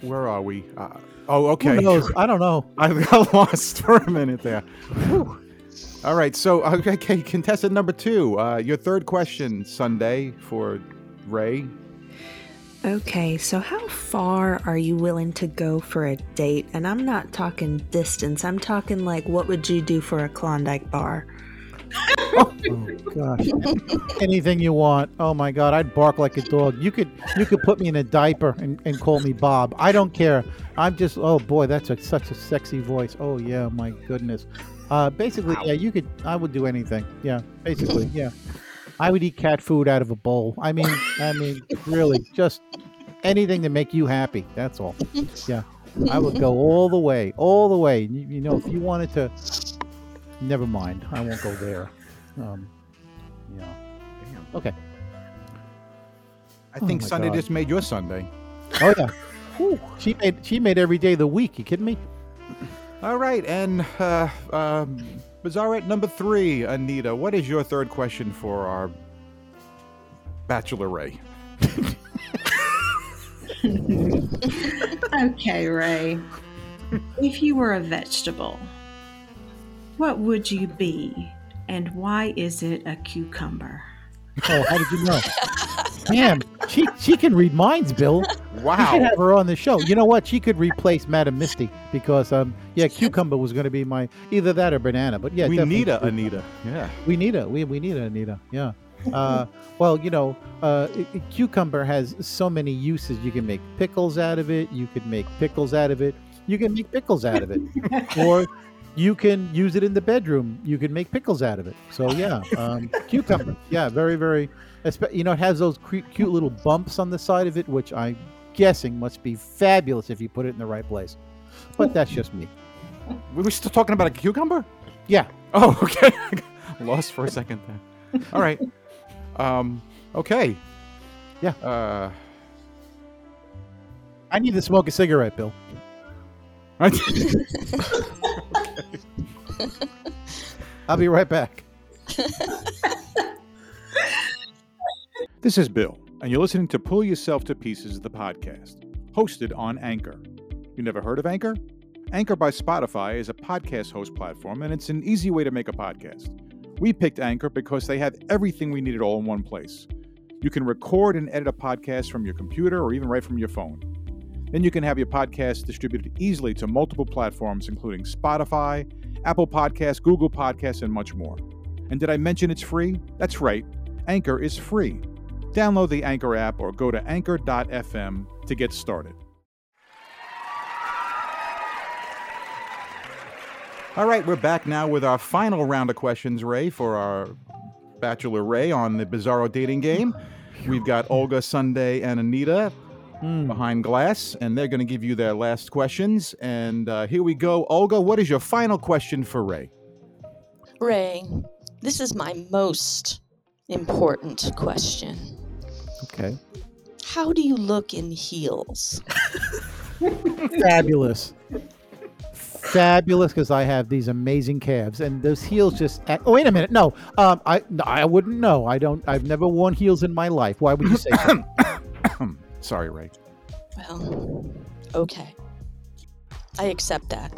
S1: Where are we? Uh, oh, okay.
S2: Who knows? I don't know.
S1: I got lost for a minute there. Whew. All right, so okay, contestant number two, uh, your third question Sunday for Ray.
S5: Okay, so how far are you willing to go for a date? And I'm not talking distance. I'm talking like what would you do for a Klondike bar?
S2: Oh gosh, anything you want. Oh my God, I'd bark like a dog. You could you could put me in a diaper and, and call me Bob. I don't care. I'm just oh boy, that's a, such a sexy voice. Oh yeah, my goodness. Uh, basically, yeah, you could. I would do anything. Yeah, basically, yeah. I would eat cat food out of a bowl. I mean, I mean, really, just anything to make you happy. That's all. I would go all the way, all the way. You, you know, if you wanted to never mind. I won't go there. Um, yeah.
S1: Damn.
S2: Okay.
S1: I
S2: Oh
S1: think
S2: my
S1: Sunday
S2: God.
S1: just made your Sunday.
S2: Oh yeah. Whew. She made she made every day of the week. You kidding me?
S1: All right, and uh, uh, Bizarrette number three, Anita. What is your third question for our bachelor ray?
S6: Okay, Ray. if you were a vegetable, what would you be? And why is it a cucumber?
S2: Oh, how did you know? Damn, she she can read minds, Bill. We should
S1: Wow.
S2: have her on the show. You know what? She could replace Madam Misty because um yeah, cucumber was going to be my either that or banana. But yeah,
S1: we
S2: definitely
S1: need a
S2: cucumber.
S1: Anita. Yeah.
S2: We need a we we need a Anita. Yeah. Uh, well, you know, uh, i- i- cucumber has so many uses. You can make pickles out of it. You could make pickles out of it. You can make pickles out of it, or you can use it in the bedroom. You can make pickles out of it. So yeah, um, cucumber. Yeah, very very. espe- You know, it has those cute, cute little bumps on the side of it, which I'm guessing must be fabulous if you put it in the right place. But that's just me.
S1: We were still talking about a cucumber?
S2: Yeah.
S1: Oh, okay. Lost for a second there. All right. Um, okay.
S2: Yeah.
S1: Uh,
S2: I need to smoke a cigarette, Bill. I'll be right back.
S1: This is Bill, and you're listening to Pull Yourself to Pieces, the podcast, hosted on Anchor. You never heard of Anchor? Anchor by Spotify is a podcast host platform, and it's an easy way to make a podcast. We picked Anchor because they have everything we needed all in one place. You can record and edit a podcast from your computer or even right from your phone. Then you can have your podcast distributed easily to multiple platforms, including Spotify, Apple Podcasts, Google Podcasts, and much more. And did I mention it's free? That's right, Anchor is free. Download the Anchor app or go to anchor.fm to get started. All right, we're back now with our final round of questions, Ray, for our Bachelor Ray on the Bizarro dating game. We've got Olga Sunday and Anita behind glass, and they're going to give you their last questions. And uh, here we go. Olga, what is your final question for Ray?
S4: Ray, this is my most important question.
S2: Okay.
S4: How do you look in heels?
S2: Fabulous. Fabulous because I have these amazing calves and those heels just. Act, oh wait a minute, no, um, I no, I wouldn't know. I don't. I've never worn heels in my life. Why would you say? so?
S1: Sorry, Ray.
S4: Well, okay. I accept that.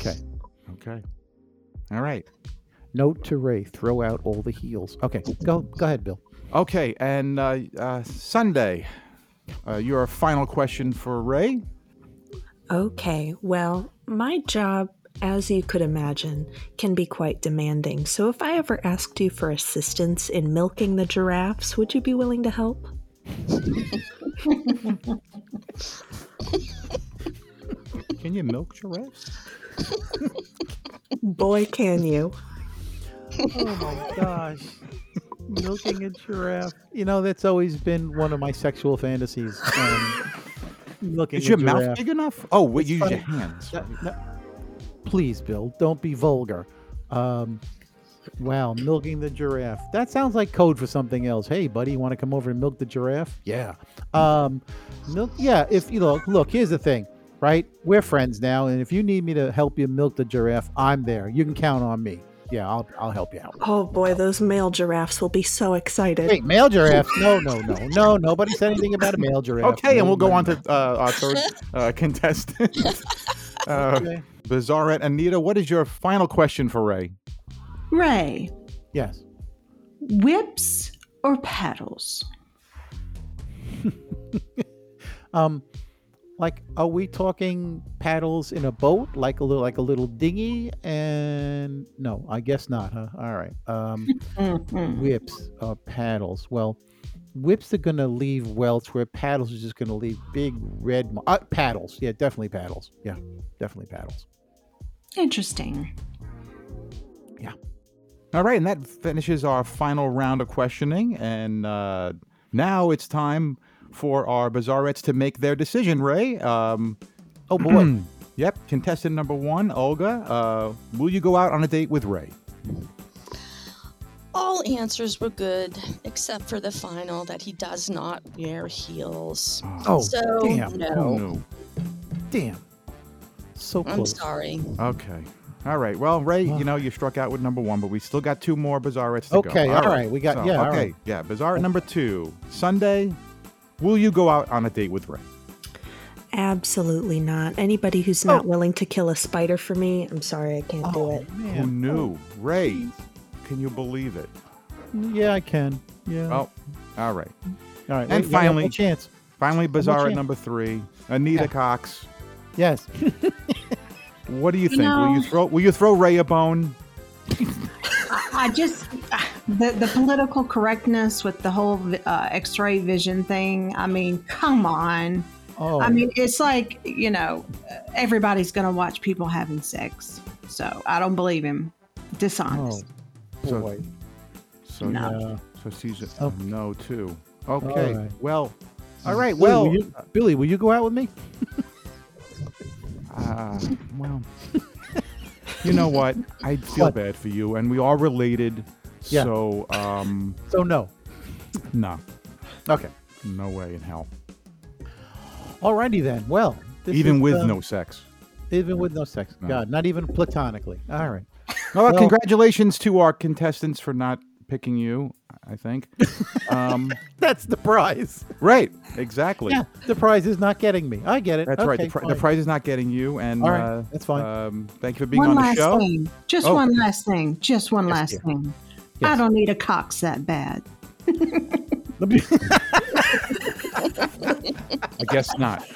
S1: Okay. All right.
S2: Note to Ray: throw out all the heels. Okay, go go ahead, Bill.
S1: Okay, and uh, uh, Sunday, uh, your final question for Ray.
S5: Okay, well, my job, as you could imagine, can be quite demanding. So if I ever asked you for assistance in milking the giraffes, would you be willing to help?
S1: Can you milk giraffes?
S5: Boy, can you.
S2: Oh my gosh, milking a giraffe. You know that's always been one of my sexual fantasies. Um, milking
S1: Is your
S2: a
S1: mouth
S2: giraffe.
S1: big enough? Oh, wait,
S2: It's
S1: you use
S2: funny.
S1: your hands.
S2: No, no. Please, Bill, don't be vulgar. Um, wow, milking the giraffe. That sounds like code for something else. Hey, buddy, you want to come over and milk the giraffe? Yeah. Um, milk. Yeah. If you look, look. Here's the thing, right? We're friends now, and if you need me to help you milk the giraffe, I'm there. You can count on me. Yeah, I'll I'll help you out.
S5: Oh boy, those male giraffes will be so excited.
S2: Wait, male giraffes? No, no, no, no. Nobody said anything about a male giraffe.
S1: Okay, and
S2: No,
S1: we'll go
S2: no,
S1: on
S2: no.
S1: to uh, our third uh, contestant. Uh,
S2: Okay.
S1: Bizarrette Anita, what is your final question for Ray?
S6: Ray,
S2: Yes.
S6: whips or paddles?
S2: Um, like, are we talking paddles in a boat, like a little, like a little dinghy? And no, I guess not, huh? All right. Um,
S6: Mhm.
S2: whips or paddles? Well, whips are gonna leave welts, where paddles are just gonna leave big red mar- uh, paddles. Yeah, definitely paddles. Yeah, definitely paddles.
S6: Interesting.
S1: All right, and that finishes our final round of questioning. And uh, now it's time for our Bizarrettes to make their decision, Ray. Um,
S2: Oh boy.
S1: Yep. Contestant number one, Olga. Uh, will you go out on a date with Ray?
S4: All answers were good, except for the final that he does not wear heels.
S2: Oh,
S4: so,
S2: damn. Oh,
S4: no.
S2: Damn. So close.
S4: I'm sorry.
S1: Okay. All right. Well, Ray, you know you struck out with number one, but we still got two more bizarrettes to go.
S2: Okay, all right, we got- yeah, all
S1: Okay.
S2: right.
S1: Yeah. Bizarre number two. Sunday. Will you go out on a date with Ray?
S5: Absolutely not. Anybody who's not willing to kill a spider for me, I'm sorry, I can't do it.
S1: Who knew? Ray. Can you believe it?
S2: Yeah, I can. Yeah.
S1: Well, all right.
S2: All right.
S1: and
S2: wait, you got one
S1: finally-
S2: more chance.
S1: Finally, bizarre
S2: chance.
S1: number three. Anita Cox.
S2: Yes.
S1: What do you think? Will
S6: know-
S1: you throw Will you throw Ray a bone?
S6: I just the the political correctness with the whole uh, X-ray vision thing. I mean, come on.
S2: Oh.
S6: I mean, it's like you know, everybody's gonna watch people having sex. So I don't believe him.
S2: oh,
S6: Dishonest.
S1: So-
S2: boy.
S1: So
S6: No.
S2: Yeah.
S1: So she's a
S2: Oh.
S1: no too. Okay.
S2: All right.
S1: Well. All right.
S2: Billy,
S1: Well.
S2: will you, Billy, will you go out with me?
S1: Uh, well, you know what? I feel
S2: What?
S1: bad for you, and we are related.
S2: Yeah.
S1: So, um,
S2: So no.
S1: no,
S2: Okay.
S1: no way in hell.
S2: Alrighty then. Well, this
S1: Even
S2: is,
S1: with
S2: um,
S1: no sex.
S2: even with no sex.
S1: No.
S2: God, not even platonically. All right.
S1: Well,
S2: well-
S1: congratulations to our contestants for not picking you. I think. um,
S2: That's the prize.
S1: right. Exactly.
S2: Yeah, the prize is not getting me. I get it.
S1: That's right. The,
S2: Okay,
S1: pri- the
S2: fine.
S1: prize is not getting you, and
S2: All right,
S1: uh,
S2: that's fine.
S1: Um, thank you for being
S6: one
S1: on the
S6: last
S1: show.
S6: thing. Just
S1: Oh.
S6: one last thing. Just one last
S2: dear.
S6: thing. I
S2: Yes.
S6: don't need a cox that bad.
S1: I guess not.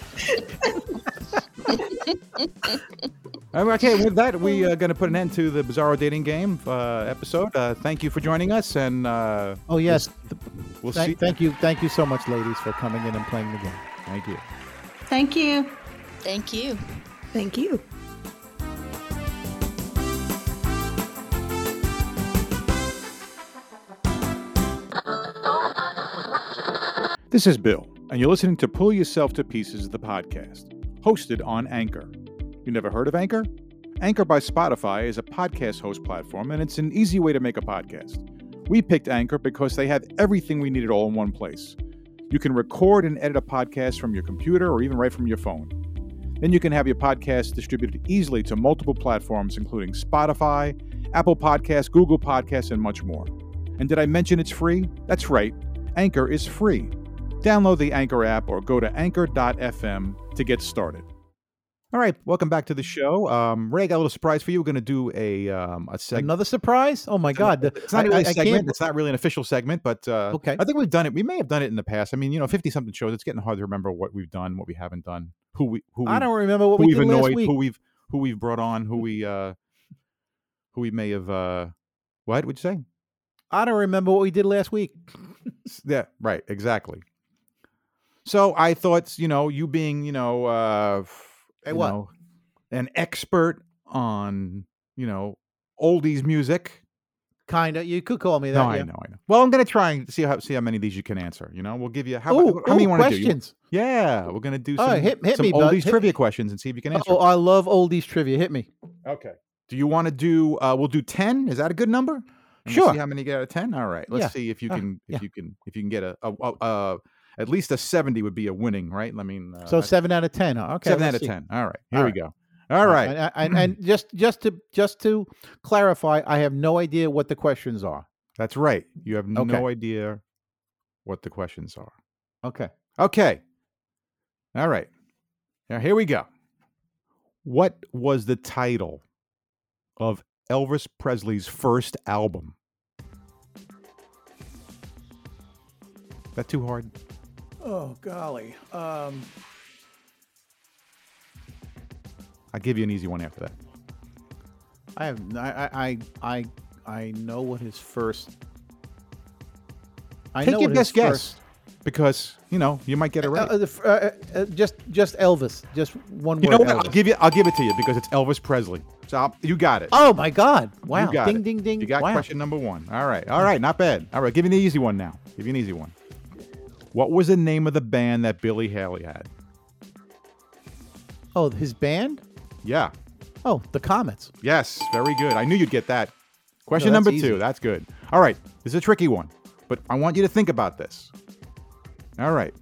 S1: Um, okay, with that, we are going to put an end to the Bizarro Dating Game uh, episode. Uh, thank you for joining us, and uh,
S2: Oh yes.
S1: we'll see.
S2: Thank, thank you. Thank you so much, ladies, for coming in and playing the game.
S1: Thank you.
S6: Thank you.
S4: Thank you.
S5: Thank you.
S1: This is Bill, and you're listening to Pull Yourself to Pieces, the podcast, hosted on Anchor. You never heard of Anchor? Anchor by Spotify is a podcast host platform, and it's an easy way to make a podcast. We picked Anchor because they have everything we needed all in one place. You can record and edit a podcast from your computer or even right from your phone. Then you can have your podcast distributed easily to multiple platforms, including Spotify, Apple Podcasts, Google Podcasts, and much more. And did I mention it's free? That's right, Anchor is free. Download the Anchor app or go to anchor.fm to get started. All right, welcome back to the show. Um, Ray, got a little surprise for you. We're going to do a um, a segment.
S2: Another surprise? Oh my God! the-
S1: It's not really a
S2: I
S1: segment.
S2: can't-
S1: It's not really an official segment, but uh,
S2: Okay.
S1: I think we've done it. We may have done it in the past. I mean, you know, fifty something shows. It's getting hard to remember what we've done, what we haven't done, who we who we
S2: I don't remember what
S1: who
S2: we
S1: we've
S2: did last
S1: annoyed,
S2: week. Mm-hmm.
S1: who we've who we've brought on, who we uh, who we may have uh, what would you say?
S2: I don't remember what we did last week.
S1: S- Yeah, right, exactly. So I thought, you know, you being, you know, uh, f-
S2: Hey,
S1: you
S2: what?
S1: know, an expert on, you know, oldies music.
S2: Kinda. You could call me that.
S1: No,
S2: yeah.
S1: I know, I know. Well, I'm gonna try and see how see how many of these you can answer. You know, we'll give you how,
S2: Ooh,
S1: how many
S2: ooh,
S1: you want to do. You-
S2: questions.
S1: Yeah, we're gonna do
S2: All
S1: some
S2: right, hit- hit
S1: some
S2: me, bud,
S1: oldies
S2: hit
S1: trivia
S2: me.
S1: questions and see if you can answer.
S2: Oh, I love oldies trivia. Hit me.
S1: Okay. Do you want to do? Uh, we'll do ten. Is that a good number? And we'll
S2: Sure.
S1: see how many you get out of ten. All right. Let's
S2: Yeah.
S1: see if you
S2: Uh,
S1: can.
S2: yeah.
S1: If you can. If you can get a. a, a, a at least a seventy would be a winning, right? I mean, uh,
S2: so
S1: that's
S2: seven out of ten. huh? Okay.
S1: seven out
S2: let's
S1: of
S2: see.
S1: ten. All right. Here
S2: All
S1: we go. All right.
S2: And, and, and just just to just to clarify, I have no idea what the questions are.
S1: That's right. You have
S2: Okay.
S1: no idea what the questions are.
S2: Okay.
S1: Okay. All right. Now here we go. What was the title of Elvis Presley's first album? That too hard?
S2: Oh golly. Um.
S1: I'll give you an easy one after that.
S2: I have n- I I I I- I know what his first. I
S1: Take your
S2: what his
S1: best guess.
S2: first-
S1: Because, you know, you might get it
S2: Uh,
S1: right.
S2: uh, the f- uh, uh, uh, just just Elvis, just one
S1: you know
S2: word.
S1: what? I'll
S2: Elvis.
S1: give you I'll give it to you because it's Elvis Presley. So I'll, you got it.
S2: oh my God! Wow!
S1: You got
S2: ding
S1: it.
S2: ding ding!
S1: You got
S2: wow.
S1: question number one. All right. All right. Not bad. All right. Give me an easy one now. Give you an easy one. What was the name of the band that Billy Haley had?
S2: Oh, his band?
S1: Yeah.
S2: Oh, the comets.
S1: Yes. Very good. I knew you'd get that. Question
S2: No, that's
S1: number
S2: easy.
S1: two. That's good. All right. This is a tricky one, but I want you to think about this. All right.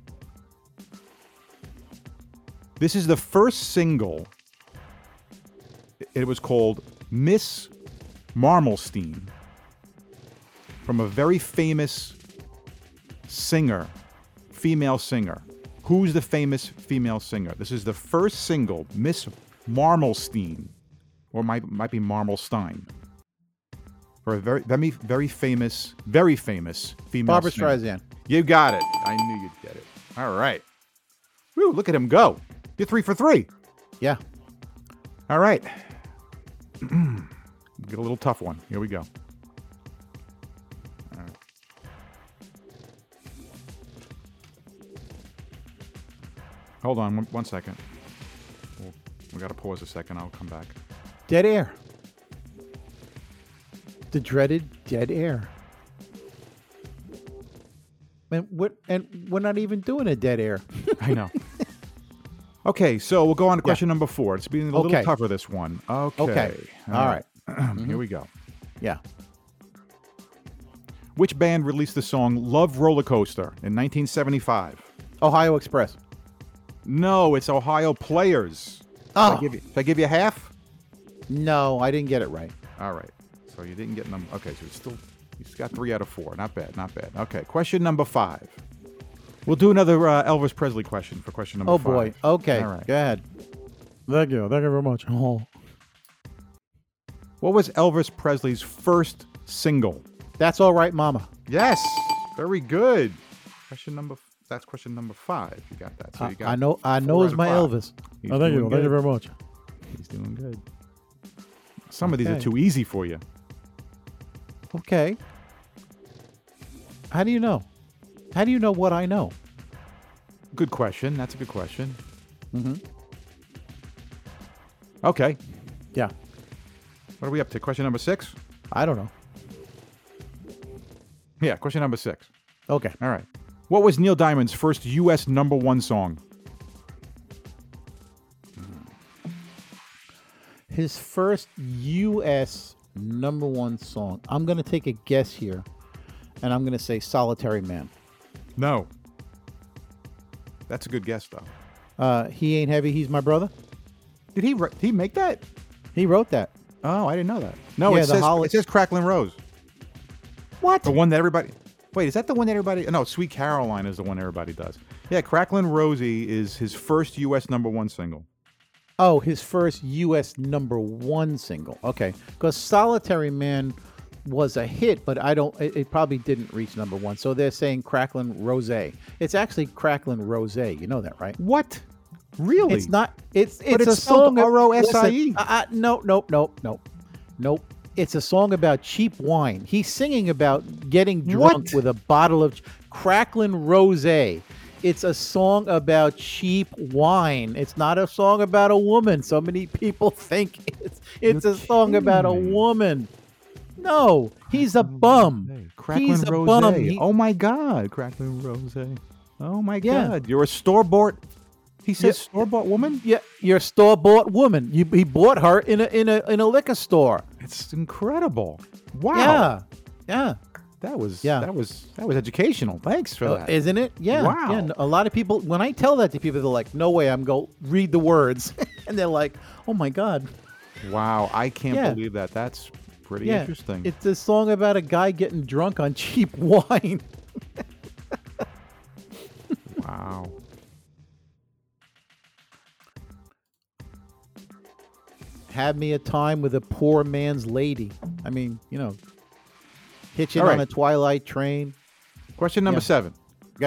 S1: This is the first single. It was called Miss Marmalstein from a very famous singer, female singer. Who's the famous female singer? This is the first single, Miss Marmalstein, or might might be Marmalstein, or a very very very famous, very famous female.
S2: Barbara
S1: singer.
S2: Streisand.
S1: You got it. I knew you'd get it. All right. Woo! Look at him go. You're three for three.
S2: Yeah.
S1: All right. Get a little tough one. Here we go. All right. Hold on one, one second. We'll, we got to pause a second. I'll come back.
S2: Dead air. The dreaded dead air. And what? And we're not even doing a dead air.
S1: I know. okay, so we'll go on to question number four. It's being a
S2: Okay.
S1: little tougher this one. Okay.
S2: All right. Mm-hmm.
S1: Here we go.
S2: Yeah.
S1: Which band released the song Love Roller Coaster in 1975?
S2: Ohio Express.
S1: No, it's Ohio Players. Should
S2: Oh
S1: I give you, should I give you half?
S2: no, I didn't get it right.
S1: All right. So you didn't get number. Okay, so it's still you just got three out of four. Not bad. Not bad. Okay. Question number five. We'll do another uh, Elvis Presley question for question number
S2: Oh
S1: five.
S2: boy. Okay.
S1: All right.
S2: Go ahead. Thank you. Thank you very much. Oh.
S1: What was Elvis Presley's first single?
S2: That's all right, Mama.
S1: Yes. Very good. Question number. f- That's question number five. You got that. So
S2: I,
S1: you got
S2: I know. I
S1: four
S2: know
S1: out
S2: is
S1: of
S2: my
S1: five.
S2: Elvis.
S1: He's Oh, thank you. doing Thank you good.
S2: very much.
S1: He's doing good. Some of these are
S2: Okay.
S1: too easy for you.
S2: Okay. How do you know? How do you know what I know?
S1: Good question. That's a good question. Mm-hmm. Okay.
S2: Yeah.
S1: What are we up to? Question number six?
S2: I don't know.
S1: Yeah, question number six.
S2: Okay.
S1: All right. What was Neil Diamond's first U.S. number one song?
S2: His first U.S. number one song. I'm gonna take a guess here, and I'm gonna say "Solitary Man."
S1: No. That's a good guess, though.
S2: Uh, he ain't heavy. He's my brother.
S1: Did he wri- did he make that?
S2: He wrote that.
S1: Oh, I didn't know that. No,
S2: Yeah,
S1: it,
S2: the
S1: says,
S2: hol-
S1: it says Crackling Rose.
S2: What?
S1: The one that everybody. Wait, is that the one that everybody. No, Sweet Caroline is the one everybody does. Yeah, Cracklin' Rosie is his first U.S. number one single.
S2: Oh, his first U.S. number one single. Okay, because "Solitary Man" was a hit, but I don't. It, it probably didn't reach number one. So they're saying "Cracklin' Rosé." It's actually "Cracklin' Rosé." You know that, right?
S1: What? Really?
S2: It's not. It's it's,
S1: it's
S2: a
S1: spelled
S2: song. of-
S1: R.O.S.I.E..
S2: Listen, uh, uh, No, no, no, no, no. It's a song about cheap wine. He's singing about getting drunk
S1: What?
S2: with a bottle of Cracklin' Rosé. It's a song about cheap wine. It's not a song about a woman. So many people think it's it's
S1: You're
S2: a song about a
S1: kidding me.
S2: woman. No, he's a bum.
S1: Cracklin'
S2: He's a
S1: Rose.
S2: bum. He-
S1: oh my God, Cracklin' Rose. Oh my
S2: Yeah.
S1: God, you're a store bought. He says
S2: Yeah.
S1: store bought woman.
S2: Yeah, you're a store-bought woman. You, he bought her in a in a in a liquor store.
S1: It's incredible. Wow,
S2: Yeah, yeah.
S1: that was
S2: Yeah.
S1: that was that was educational. Thanks for
S2: Uh,
S1: that.
S2: Isn't it? Yeah.
S1: Wow.
S2: Yeah. n- A lot of people, when I tell that to people, they're like, no way, I'm go read the words. and they're like, oh my God.
S1: wow, I can't
S2: Yeah.
S1: believe that. That's pretty
S2: Yeah.
S1: interesting.
S2: It's a song about a guy getting drunk on cheap wine.
S1: wow.
S2: Had me a time with a poor man's lady. I mean, you know, hitching
S1: All
S2: on
S1: right.
S2: a twilight train.
S1: Question number
S2: Yeah.
S1: seven.
S2: Go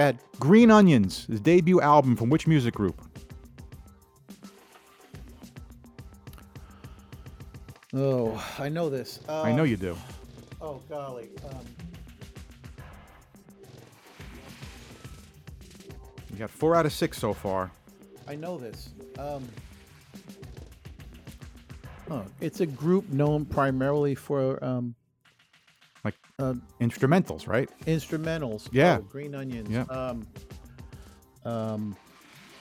S2: ahead.
S1: Green Onions, his debut album from which music group?
S2: Oh, I know this. Uh,
S1: I know you do.
S2: Oh, golly. Um,
S1: You got four out of six so far.
S2: I know this. Um, oh, it's a group known primarily for um,
S1: Like
S2: uh,
S1: instrumentals, right?
S2: instrumentals.
S1: Yeah.
S2: Oh, green onions.
S1: Yeah.
S2: Um, um,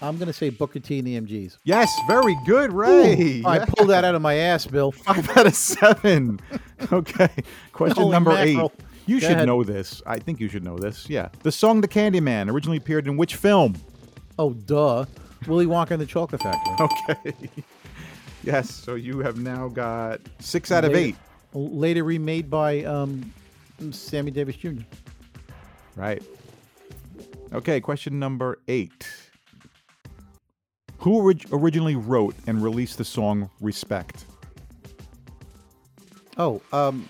S2: I'm going to say Booker T and the MGs.
S1: Yes, very good, Ray.
S2: I pulled that out of my ass, Bill.
S1: Five out of seven. Okay. Question
S2: Holy
S1: number
S2: mackerel.
S1: eight. You
S2: Go
S1: should
S2: ahead.
S1: know this. I think you should know this. Yeah. The song The Candyman originally appeared in which film?
S2: Oh, duh. Willy Wonka and the Chocolate Factory.
S1: Okay. yes. So you have now got six out of
S2: Later-
S1: eight.
S2: Later remade by um, Sammy Davis Jr.
S1: Right. Okay. Question number eight. Who orig- originally wrote and released the song Respect?
S2: Oh, um,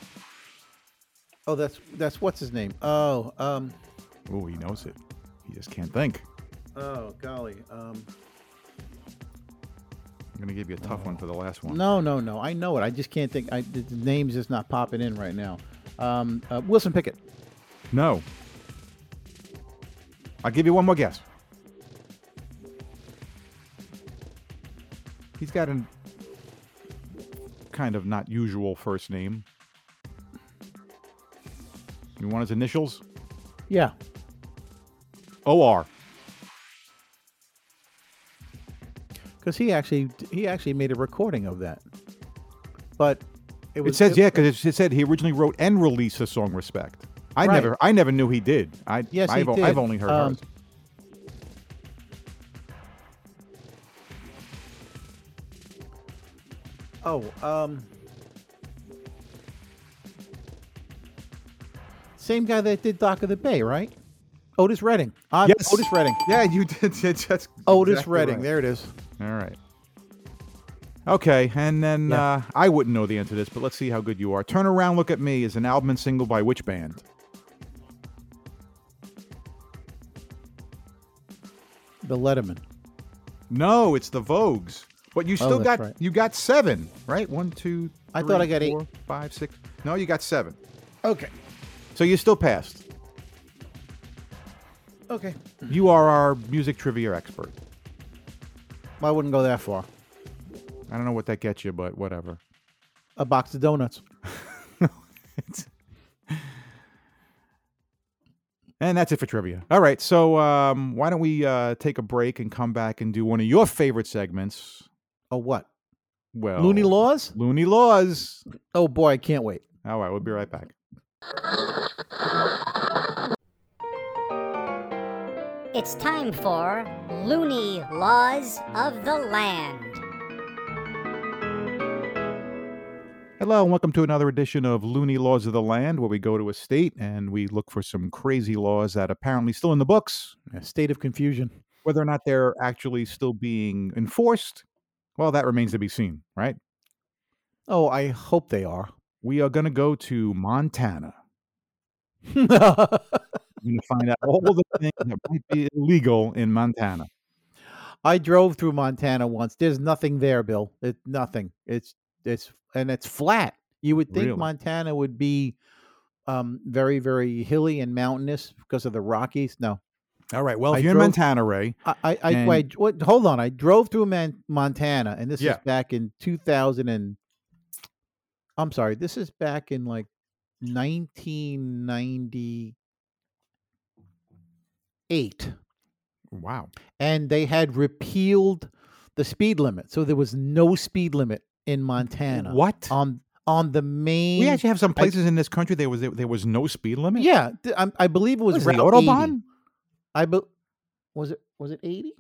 S2: oh, that's that's what's his name. Oh, um,
S1: Oh, he knows it. He just can't think.
S2: oh, golly. Um,
S1: I'm going to give you a
S2: Oh.
S1: tough one for the last one.
S2: no, no, no. I know it. I just can't think. I, the the name's just not popping in right now. Um, uh, Wilson Pickett.
S1: No. I'll give you one more guess. He's got a kind of not usual first name. You want his initials?
S2: Yeah.
S1: OR.
S2: because he actually he actually made a recording of that. But it
S1: It
S2: was
S1: says yeah, because it said he originally wrote and released the song "Respect." I
S2: Right.
S1: never, I never knew he did. I
S2: Yes, he
S1: I've, o-
S2: did.
S1: I've only heard
S2: Um,
S1: hers.
S2: Oh, um, same guy that did Dock of the Bay, right? Otis Redding. Uh,
S1: Yes.
S2: Otis Redding.
S1: Yeah, you did. That's
S2: Otis
S1: exactly
S2: Redding.
S1: right.
S2: There it is.
S1: All right. Okay, and then
S2: Yeah.
S1: uh, I wouldn't know the answer to this, but let's see how good you are. Turn around, look at me is an album and single by which band?
S2: The Letterman.
S1: No, it's the Vogues. But you still
S2: Oh,
S1: got
S2: that's right.
S1: you got seven, right? One, two.
S2: I thought
S1: three,
S2: I got eight.
S1: four, five, six. No, you got seven.
S2: Okay.
S1: So you still passed.
S2: Okay.
S1: You are our music trivia expert.
S2: I wouldn't go that far.
S1: I don't know what that gets you, but whatever.
S2: A box of donuts.
S1: And that's it for trivia. All right, so um, why don't we uh, take a break and come back and do one of your favorite segments?
S2: Oh, what?
S1: Well,
S2: Looney Laws?
S1: Looney Laws.
S2: Oh boy, I can't wait.
S1: All right, we'll be right back.
S7: It's time for Loony Laws of the Land.
S1: Hello, and welcome to another edition of Looney Laws of the Land, where we go to a state and we look for some crazy laws that apparently still in the books.
S2: A state of confusion.
S1: Whether or not they're actually still being enforced, well, that remains to be seen, right?
S2: Oh, I hope they are.
S1: We are going to go to Montana. We're going to find out all the things that might be illegal in Montana.
S2: I drove through Montana once. There's nothing there, Bill. It's nothing. It's it's and it's flat. You would think
S1: Really?
S2: Montana would be um, very very hilly and mountainous because of the Rockies. No,
S1: All right. Well,
S2: I
S1: if you're
S2: drove-
S1: in Montana, Ray,
S2: I I, I
S1: And-
S2: wait. What, hold on. I drove through Man- Montana, and this
S1: Yeah.
S2: is back in 2000 and I'm sorry. This is back in like 1998.
S1: wow.
S2: and they had repealed the speed limit, so there was no speed limit in Montana.
S1: What?
S2: on on the main?
S1: we actually have some places in this country there was there was no speed limit.
S2: yeah, th- I, I believe it was
S1: was the
S2: Route 80.
S1: autobahn?
S2: I be, was it was it eighty?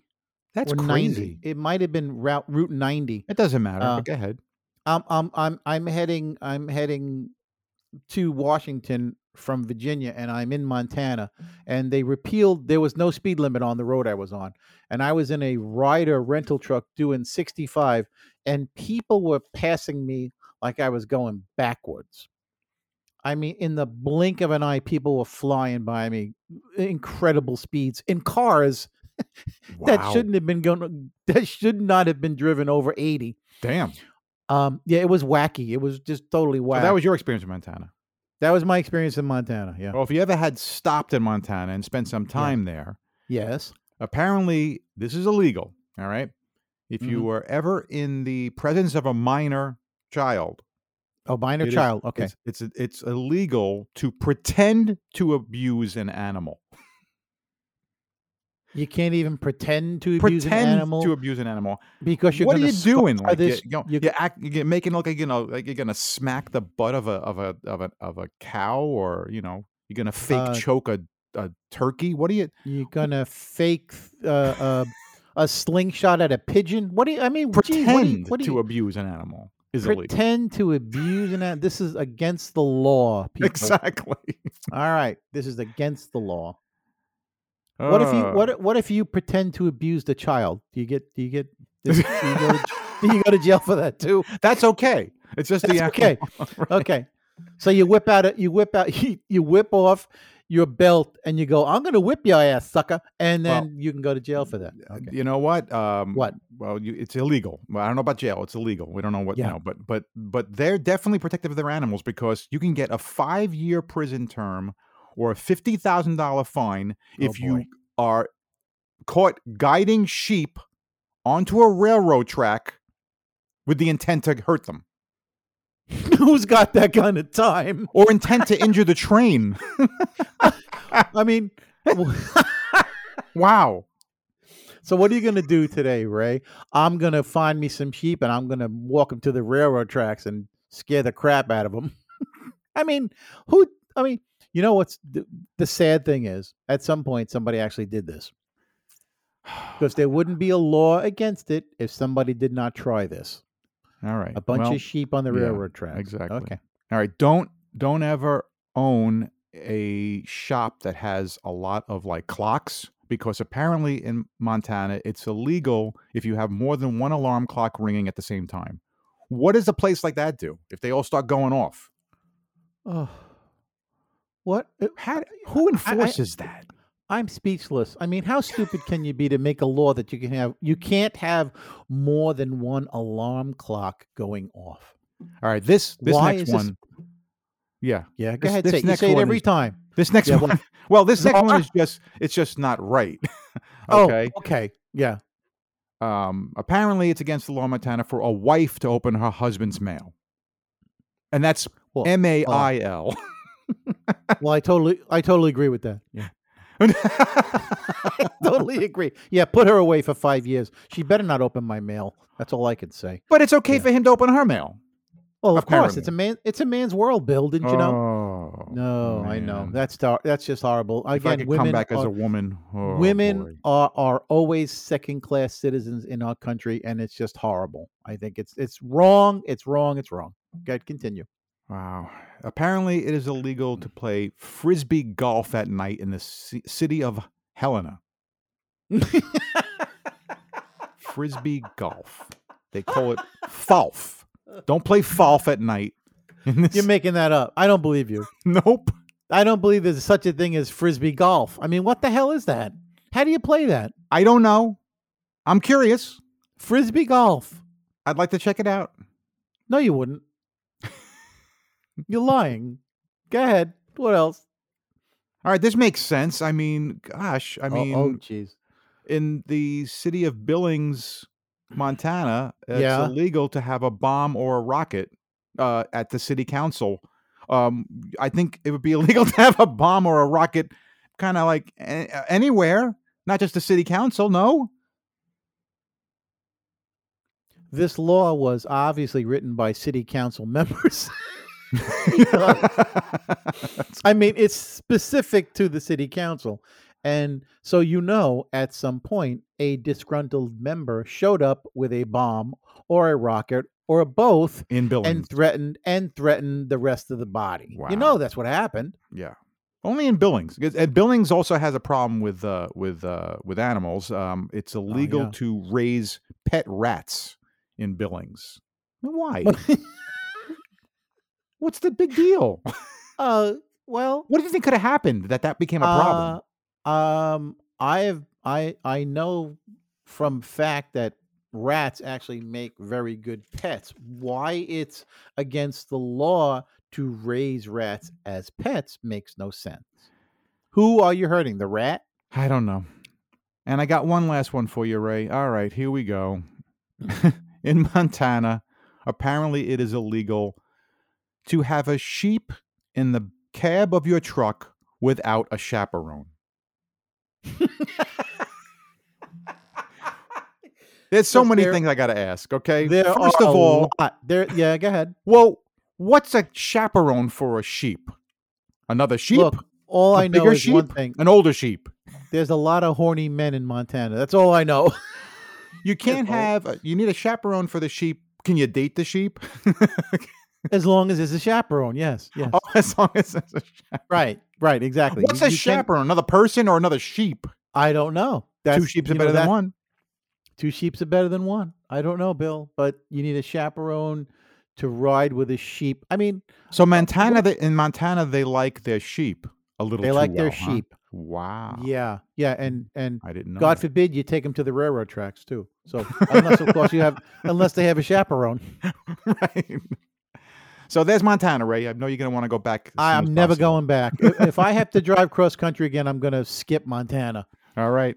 S1: That's
S2: or
S1: crazy.
S2: 90? It might have been route Route ninety.
S1: It doesn't matter.
S2: Uh,
S1: but go ahead.
S2: I'm I'm I'm I'm heading I'm heading to Washington from Virginia and I'm in Montana and they repealed there was no speed limit on the road I was on and I was in a rider rental truck doing 65 and people were passing me like I was going backwards. I mean in the blink of an eye people were flying by me incredible speeds in cars that
S1: Wow.
S2: shouldn't have been going that should not have been driven over 80.
S1: Damn.
S2: Um, yeah, it was wacky. It was just totally wacky.
S1: So that was your experience in Montana.
S2: that was my experience in Montana. Yeah.
S1: Well, if you ever had stopped in Montana and spent some time there,
S2: Yes.
S1: apparently this is illegal. All right. If you
S2: Mhm.
S1: were ever in the presence of a minor child,
S2: Oh, minor
S1: it is-
S2: child. okay.
S1: it's, it's it's illegal to pretend to abuse an animal.
S2: You can't even pretend to abuse an
S1: Pretend
S2: animal
S1: to abuse an animal.
S2: because you're
S1: what are
S2: gonna
S1: you doing?
S2: scar
S1: Like
S2: this-
S1: you, you, know,
S2: you-
S1: you act, you're making it look like you know, like you're gonna smack the butt of a of a of a of a cow, or you know, you're gonna fake
S2: Uh,
S1: choke a a turkey. What are you?
S2: You're gonna fake uh, uh, a slingshot at a pigeon. What do you? I mean, gee, what do you-
S1: Pretend
S2: what do
S1: to
S2: you-
S1: abuse an animal is illegal.
S2: pretend to abuse an animal. This is against the law, people.
S1: Exactly.
S2: All right, this is against the law. What if you
S1: Uh,
S2: what what if you pretend to abuse the child? Do you get do you get do you go to, do you go to jail for that too?
S1: That's okay. It's just the
S2: That's okay.
S1: animal, right?
S2: Okay. So you whip out a, you whip out you, you whip off your belt and you go, I'm gonna whip your ass, sucker, and
S1: Well,
S2: then you can go to jail for that. Okay.
S1: You know what? Um,
S2: What?
S1: Well, you, it's illegal. Well, I don't know about jail. It's illegal. We don't know what.
S2: Yeah.
S1: You know, but but but they're definitely protective of their animals because you can get a five-year prison term or a fifty thousand dollar fine if
S2: Oh,
S1: you
S2: boy.
S1: are caught guiding sheep onto a railroad track with the intent to hurt them
S2: who's got that kind of time?
S1: or intent to injure the train.
S2: I mean w-
S1: Wow.
S2: so what are you gonna do today, Ray? I'm gonna find me some sheep and I'm gonna walk them to the railroad tracks and scare the crap out of them. I mean, who? I mean, you know what's the, the sad thing is? At some point, somebody actually did this because there wouldn't be a law against it if somebody did not try this.
S1: All right.
S2: A bunch
S1: Well,
S2: of sheep on the
S1: yeah,
S2: railroad tracks.
S1: exactly.
S2: Okay.
S1: All right, don't don't ever own a shop that has a lot of like clocks because apparently in Montana it's illegal if you have more than one alarm clock ringing at the same time. What does a place like that do if they all start going off?
S2: Oh, what?
S1: How, who
S2: I-
S1: enforces that?
S2: I'm speechless. I mean, how stupid can you be to make a law that you can have you can't have more than one alarm clock going off?
S1: All right, this this
S2: Why
S1: next
S2: is this-
S1: one. Yeah,
S2: Yeah, go
S1: This-
S2: ahead.
S1: this
S2: Say, it. you
S1: next
S2: say it
S1: one
S2: every
S1: is-
S2: time.
S1: this next
S2: Yeah,
S1: one.
S2: well-
S1: well, this next one is just it's just not right. okay.
S2: Oh, okay. Yeah.
S1: um, apparently it's against the law in Montana for a wife to open her husband's mail. And that's
S2: Well,
S1: M A I L.
S2: Well, I totally, I totally agree with that. Yeah, totally agree. Yeah, put her away for five years. She better not open my mail. That's all I can say.
S1: But it's okay
S2: Yeah.
S1: for him to open her mail.
S2: Well, of course, it's a man, it's a man's world, Bill. Didn't you know?
S1: Oh,
S2: No, I know.
S1: man.
S2: That's dar- that's just horrible.
S1: if I
S2: Again,
S1: could
S2: women
S1: come back as
S2: are-
S1: a woman. oh, boy.
S2: women are, are always second class citizens in our country, and it's just horrible. I think it's it's wrong. It's wrong. It's wrong. Good. Continue.
S1: Wow. Apparently, it is illegal to play frisbee golf at night in the ci- city of Helena. frisbee golf. They call it falf. Don't play falf at night. in this-
S2: You're making that up. I don't believe you.
S1: nope.
S2: I don't believe there's such a thing as frisbee golf. I mean, what the hell is that? How do you play that?
S1: I don't know. I'm curious.
S2: Frisbee golf?
S1: I'd like to check it out.
S2: No, you wouldn't. You're lying. Go ahead. What else?
S1: All right, this makes sense. I mean, gosh, I
S2: Oh-
S1: mean,
S2: oh, jeez.
S1: in the city of Billings, Montana, it's
S2: Yeah.
S1: illegal to have a bomb or a rocket uh, at the city council. Um, I think it would be illegal to have a bomb or a rocket, kind of like a- anywhere, not just the city council. No,
S2: This law was obviously written by city council members. I mean, it's specific to the city council. And so, you know, at some point, a disgruntled member showed up with a bomb or a rocket or both
S1: in Billings,
S2: and threatened and threatened the rest of the body. You
S1: Wow.
S2: know, that's what happened.
S1: Yeah. Only in Billings. 'Cause, uh, Billings also has a problem with uh, with uh, with animals. Um, it's illegal
S2: Oh, yeah.
S1: to raise pet rats in Billings. Why? What's the big deal?
S2: uh, well,
S1: What do you think could have happened that that became a problem?
S2: Uh, um, I have I I know from fact that rats actually make very good pets. Why it's against the law to raise rats as pets makes no sense. Who are you hurting? The rat?
S1: I don't know. And I got one last one for you, Ray. All right, here we go. in Montana, apparently it is illegal to have a sheep in the cab of your truck without a chaperone. There's so
S2: Yes,
S1: many
S2: there-
S1: things I got to ask. Okay.
S2: There
S1: First
S2: are
S1: of
S2: a
S1: all,
S2: lot. there. Yeah, go ahead.
S1: well, what's a chaperone for a sheep? Another sheep?
S2: Look, all
S1: A
S2: I know
S1: bigger
S2: is one
S1: sheep?
S2: thing.
S1: An older sheep?
S2: There's a lot of horny men in Montana. That's all I know.
S1: You can't
S2: all.
S1: have. a- you need a chaperone for the sheep. Can you date the sheep?
S2: as long as there's a chaperone, yes, yes,
S1: Oh, as long as it's a chaperone.
S2: right, right, exactly.
S1: What's
S2: You-
S1: a
S2: you can't-
S1: chaperone? Another person or another sheep?
S2: I don't know.
S1: Two
S2: That's-
S1: sheeps
S2: you
S1: are
S2: know,
S1: better than
S2: that-
S1: one.
S2: Two sheeps are better than one. I don't know, Bill, but you need a chaperone to ride with a sheep. I mean,
S1: So Montana, they, in Montana, they like their sheep a little.
S2: they
S1: too
S2: like their
S1: well, huh?
S2: sheep.
S1: Wow. Mm,
S2: Yeah, yeah, and and
S1: I didn't know.
S2: God
S1: that.
S2: forbid you take them to the railroad tracks too. So unless of course you have unless they have a chaperone.
S1: right. So there's Montana, Ray. I know you're going to want to go back. as soon as
S2: I'm never
S1: possible.
S2: going back. If, if I have to drive cross country again, I'm going to skip Montana.
S1: All right.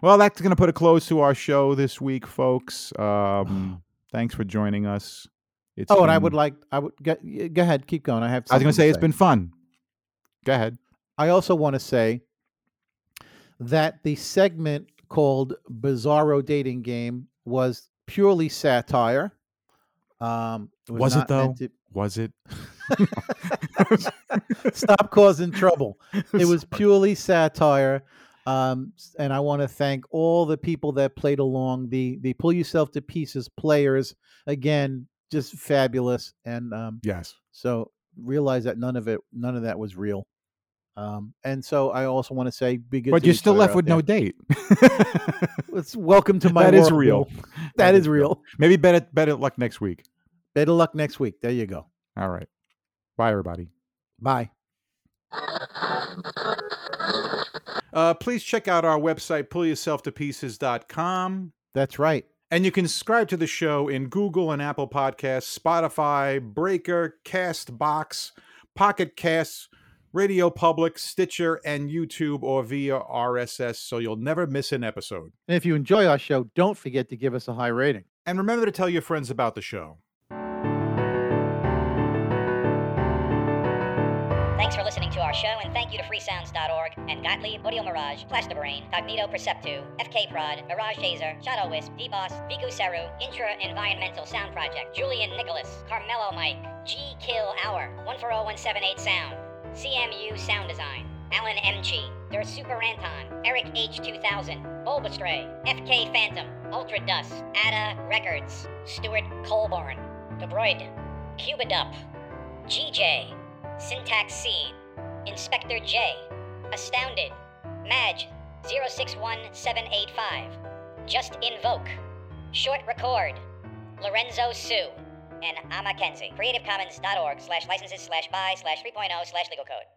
S1: Well, that's going to put a close to our show this week, folks. Um, thanks for joining us. It's
S2: oh, and I
S1: been-
S2: would like I would go, y- go ahead, keep going. I have.
S1: I was going
S2: something
S1: to say it's been fun. Go ahead.
S2: I also want to say that the segment called Bizarro Dating Game was purely satire. Um,
S1: Was it
S2: not meant
S1: though? Was it?
S2: to- stop causing trouble. It was purely satire. Um, s- and I want to thank all the people that played along. The the pull yourself to pieces players again, just fabulous. And um,
S1: yes.
S2: so realize that none of it, none of that was real. Um, and so I also want to say, be good.
S1: But
S2: to
S1: you're
S2: each
S1: still
S2: other
S1: left
S2: out
S1: with
S2: there.
S1: no date.
S2: It's welcome to my
S1: That is
S2: world,
S1: real.
S2: people. That is real.
S1: Maybe better better luck next week.
S2: Better luck next week. There you go.
S1: All right. Bye, everybody.
S2: Bye.
S1: Uh, please check out our website, pullyourselftopieces.com.
S2: That's right.
S1: And you can subscribe to the show in Google and Apple Podcasts, Spotify, Breaker, Castbox, Pocket Casts, Radio Public, Stitcher, and YouTube or via RSS so you'll never miss an episode.
S2: And if you enjoy our show, don't forget to give us a high rating.
S1: And remember to tell your friends about the show.
S8: Thanks for listening to our show, and thank you to freesounds.org and Gottlieb, Audio Mirage, Plasterbrain, Cognito Perceptu, FK Prod, Mirage Hazer, Shadow Wisp, D-Boss, Viku Seru, Intra Environmental Sound Project, Julian Nicholas, Carmelo Mike, G Kill Hour, 140178 Sound, CMU Sound Design, Alan MG, Der Super Anton, Eric H2000, Bulbastray, FK Phantom, Ultra Dust, Ada Records, Stuart Colborn, DeBroid, Cuba Dup, GJ, Syntax C, Inspector J, Astounded, Madge 061785, Just Invoke, Short Record, Lorenzo Sue, and I'm Mackenzie. CreativeCommons.org oh slash licenses slash buy slash 3.0 slash legal code.